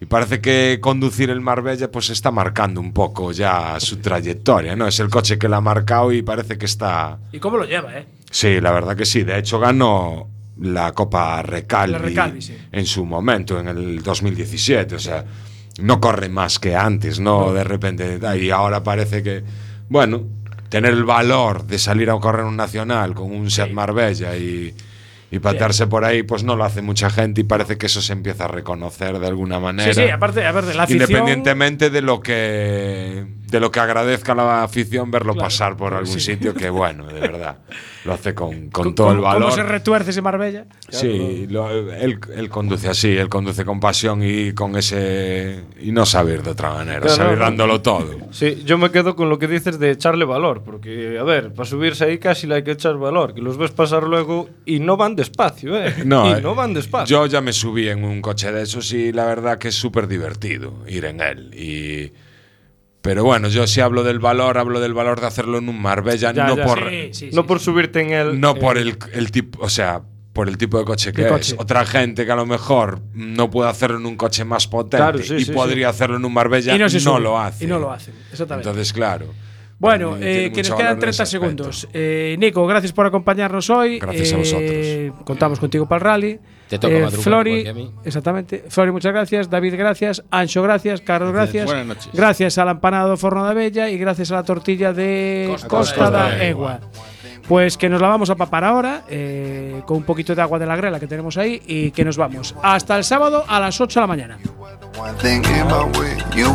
S6: y parece que conducir el Marbella pues está marcando un poco ya su trayectoria, ¿no? Es el coche que la ha marcado y parece que está...
S1: ¿Y cómo lo lleva, eh?
S6: Sí, la verdad que sí. De hecho, ganó la Copa Recalvi,
S1: La Recalvi, sí.
S6: en su momento, en el 2017. O sea, no corre más que antes, ¿no? De repente. da, Y ahora parece que, bueno, tener el valor de salir a correr un nacional con un Seat Marbella y, y patearse por ahí, pues no lo hace mucha gente y parece que eso se empieza a reconocer de alguna manera.
S1: Sí, sí, aparte, aparte, la afición-
S6: Independientemente de lo que de lo que agradezca la afición verlo
S1: Claro.
S6: pasar por algún
S1: Sí.
S6: sitio que bueno, de verdad. Lo hace
S5: (laughs)
S6: con, con
S1: ¿Cómo-
S6: todo el
S1: ¿Cómo se
S6: valor.
S1: retuerce ese Marbella?
S6: Sí, lo- él, él conduce así, él conduce con pasión y con ese y no saber de otra manera,
S5: Claro,
S6: salir
S5: no.
S6: dándolo todo.
S5: Sí, yo me quedo con lo que dices de echarle valor, porque, a ver, para subirse ahí casi le hay que echar valor, que los ves pasar luego y no van despacio, ¿eh?
S6: No,
S5: (laughs) y
S6: eh,
S5: no van despacio.
S6: Yo ya me subí en un coche de esos y la verdad que es súper divertido ir en él. Y, pero bueno, yo si hablo del valor, hablo del valor de hacerlo en un Marbella,
S5: Ya,
S6: no
S5: ya,
S6: por
S5: sí, sí, no por subirte en el.
S6: no
S5: eh,
S6: por el, el tipo, o sea, por el tipo de coche que
S5: De
S6: es.
S5: coche.
S6: Otra gente que a lo mejor no puede hacerlo en un coche más potente
S1: Claro, sí,
S6: y
S1: sí,
S6: podría
S1: sí.
S6: hacerlo en un Marbella,
S1: Y
S6: no,
S1: no se sube,
S6: lo hace.
S1: y no lo hacen, exactamente.
S6: Entonces, claro.
S1: Bueno,
S6: tiene
S1: eh,
S6: mucho
S1: que nos
S6: valor
S1: quedan
S6: en
S1: 30
S6: ese
S1: segundos. Eh, Nico, gracias por acompañarnos hoy.
S6: Gracias a
S1: Eh, Contamos contigo para el rally. Eh,
S4: Te toca madrugar igual
S1: Flori,
S4: que a mí.
S1: exactamente. Flori, muchas gracias. David, gracias. Ancho, gracias. Carlos,
S3: Gracias.
S1: gracias.
S3: Buenas noches.
S1: Gracias al empanado Forno de Bella y gracias a la tortilla de Costa, da
S3: da
S1: Egua. Pues que nos la vamos a papar ahora eh, con un poquito de agua de la grela que tenemos ahí y que nos vamos. Hasta el sábado a las 8 de la mañana.
S2: One thing in my way. You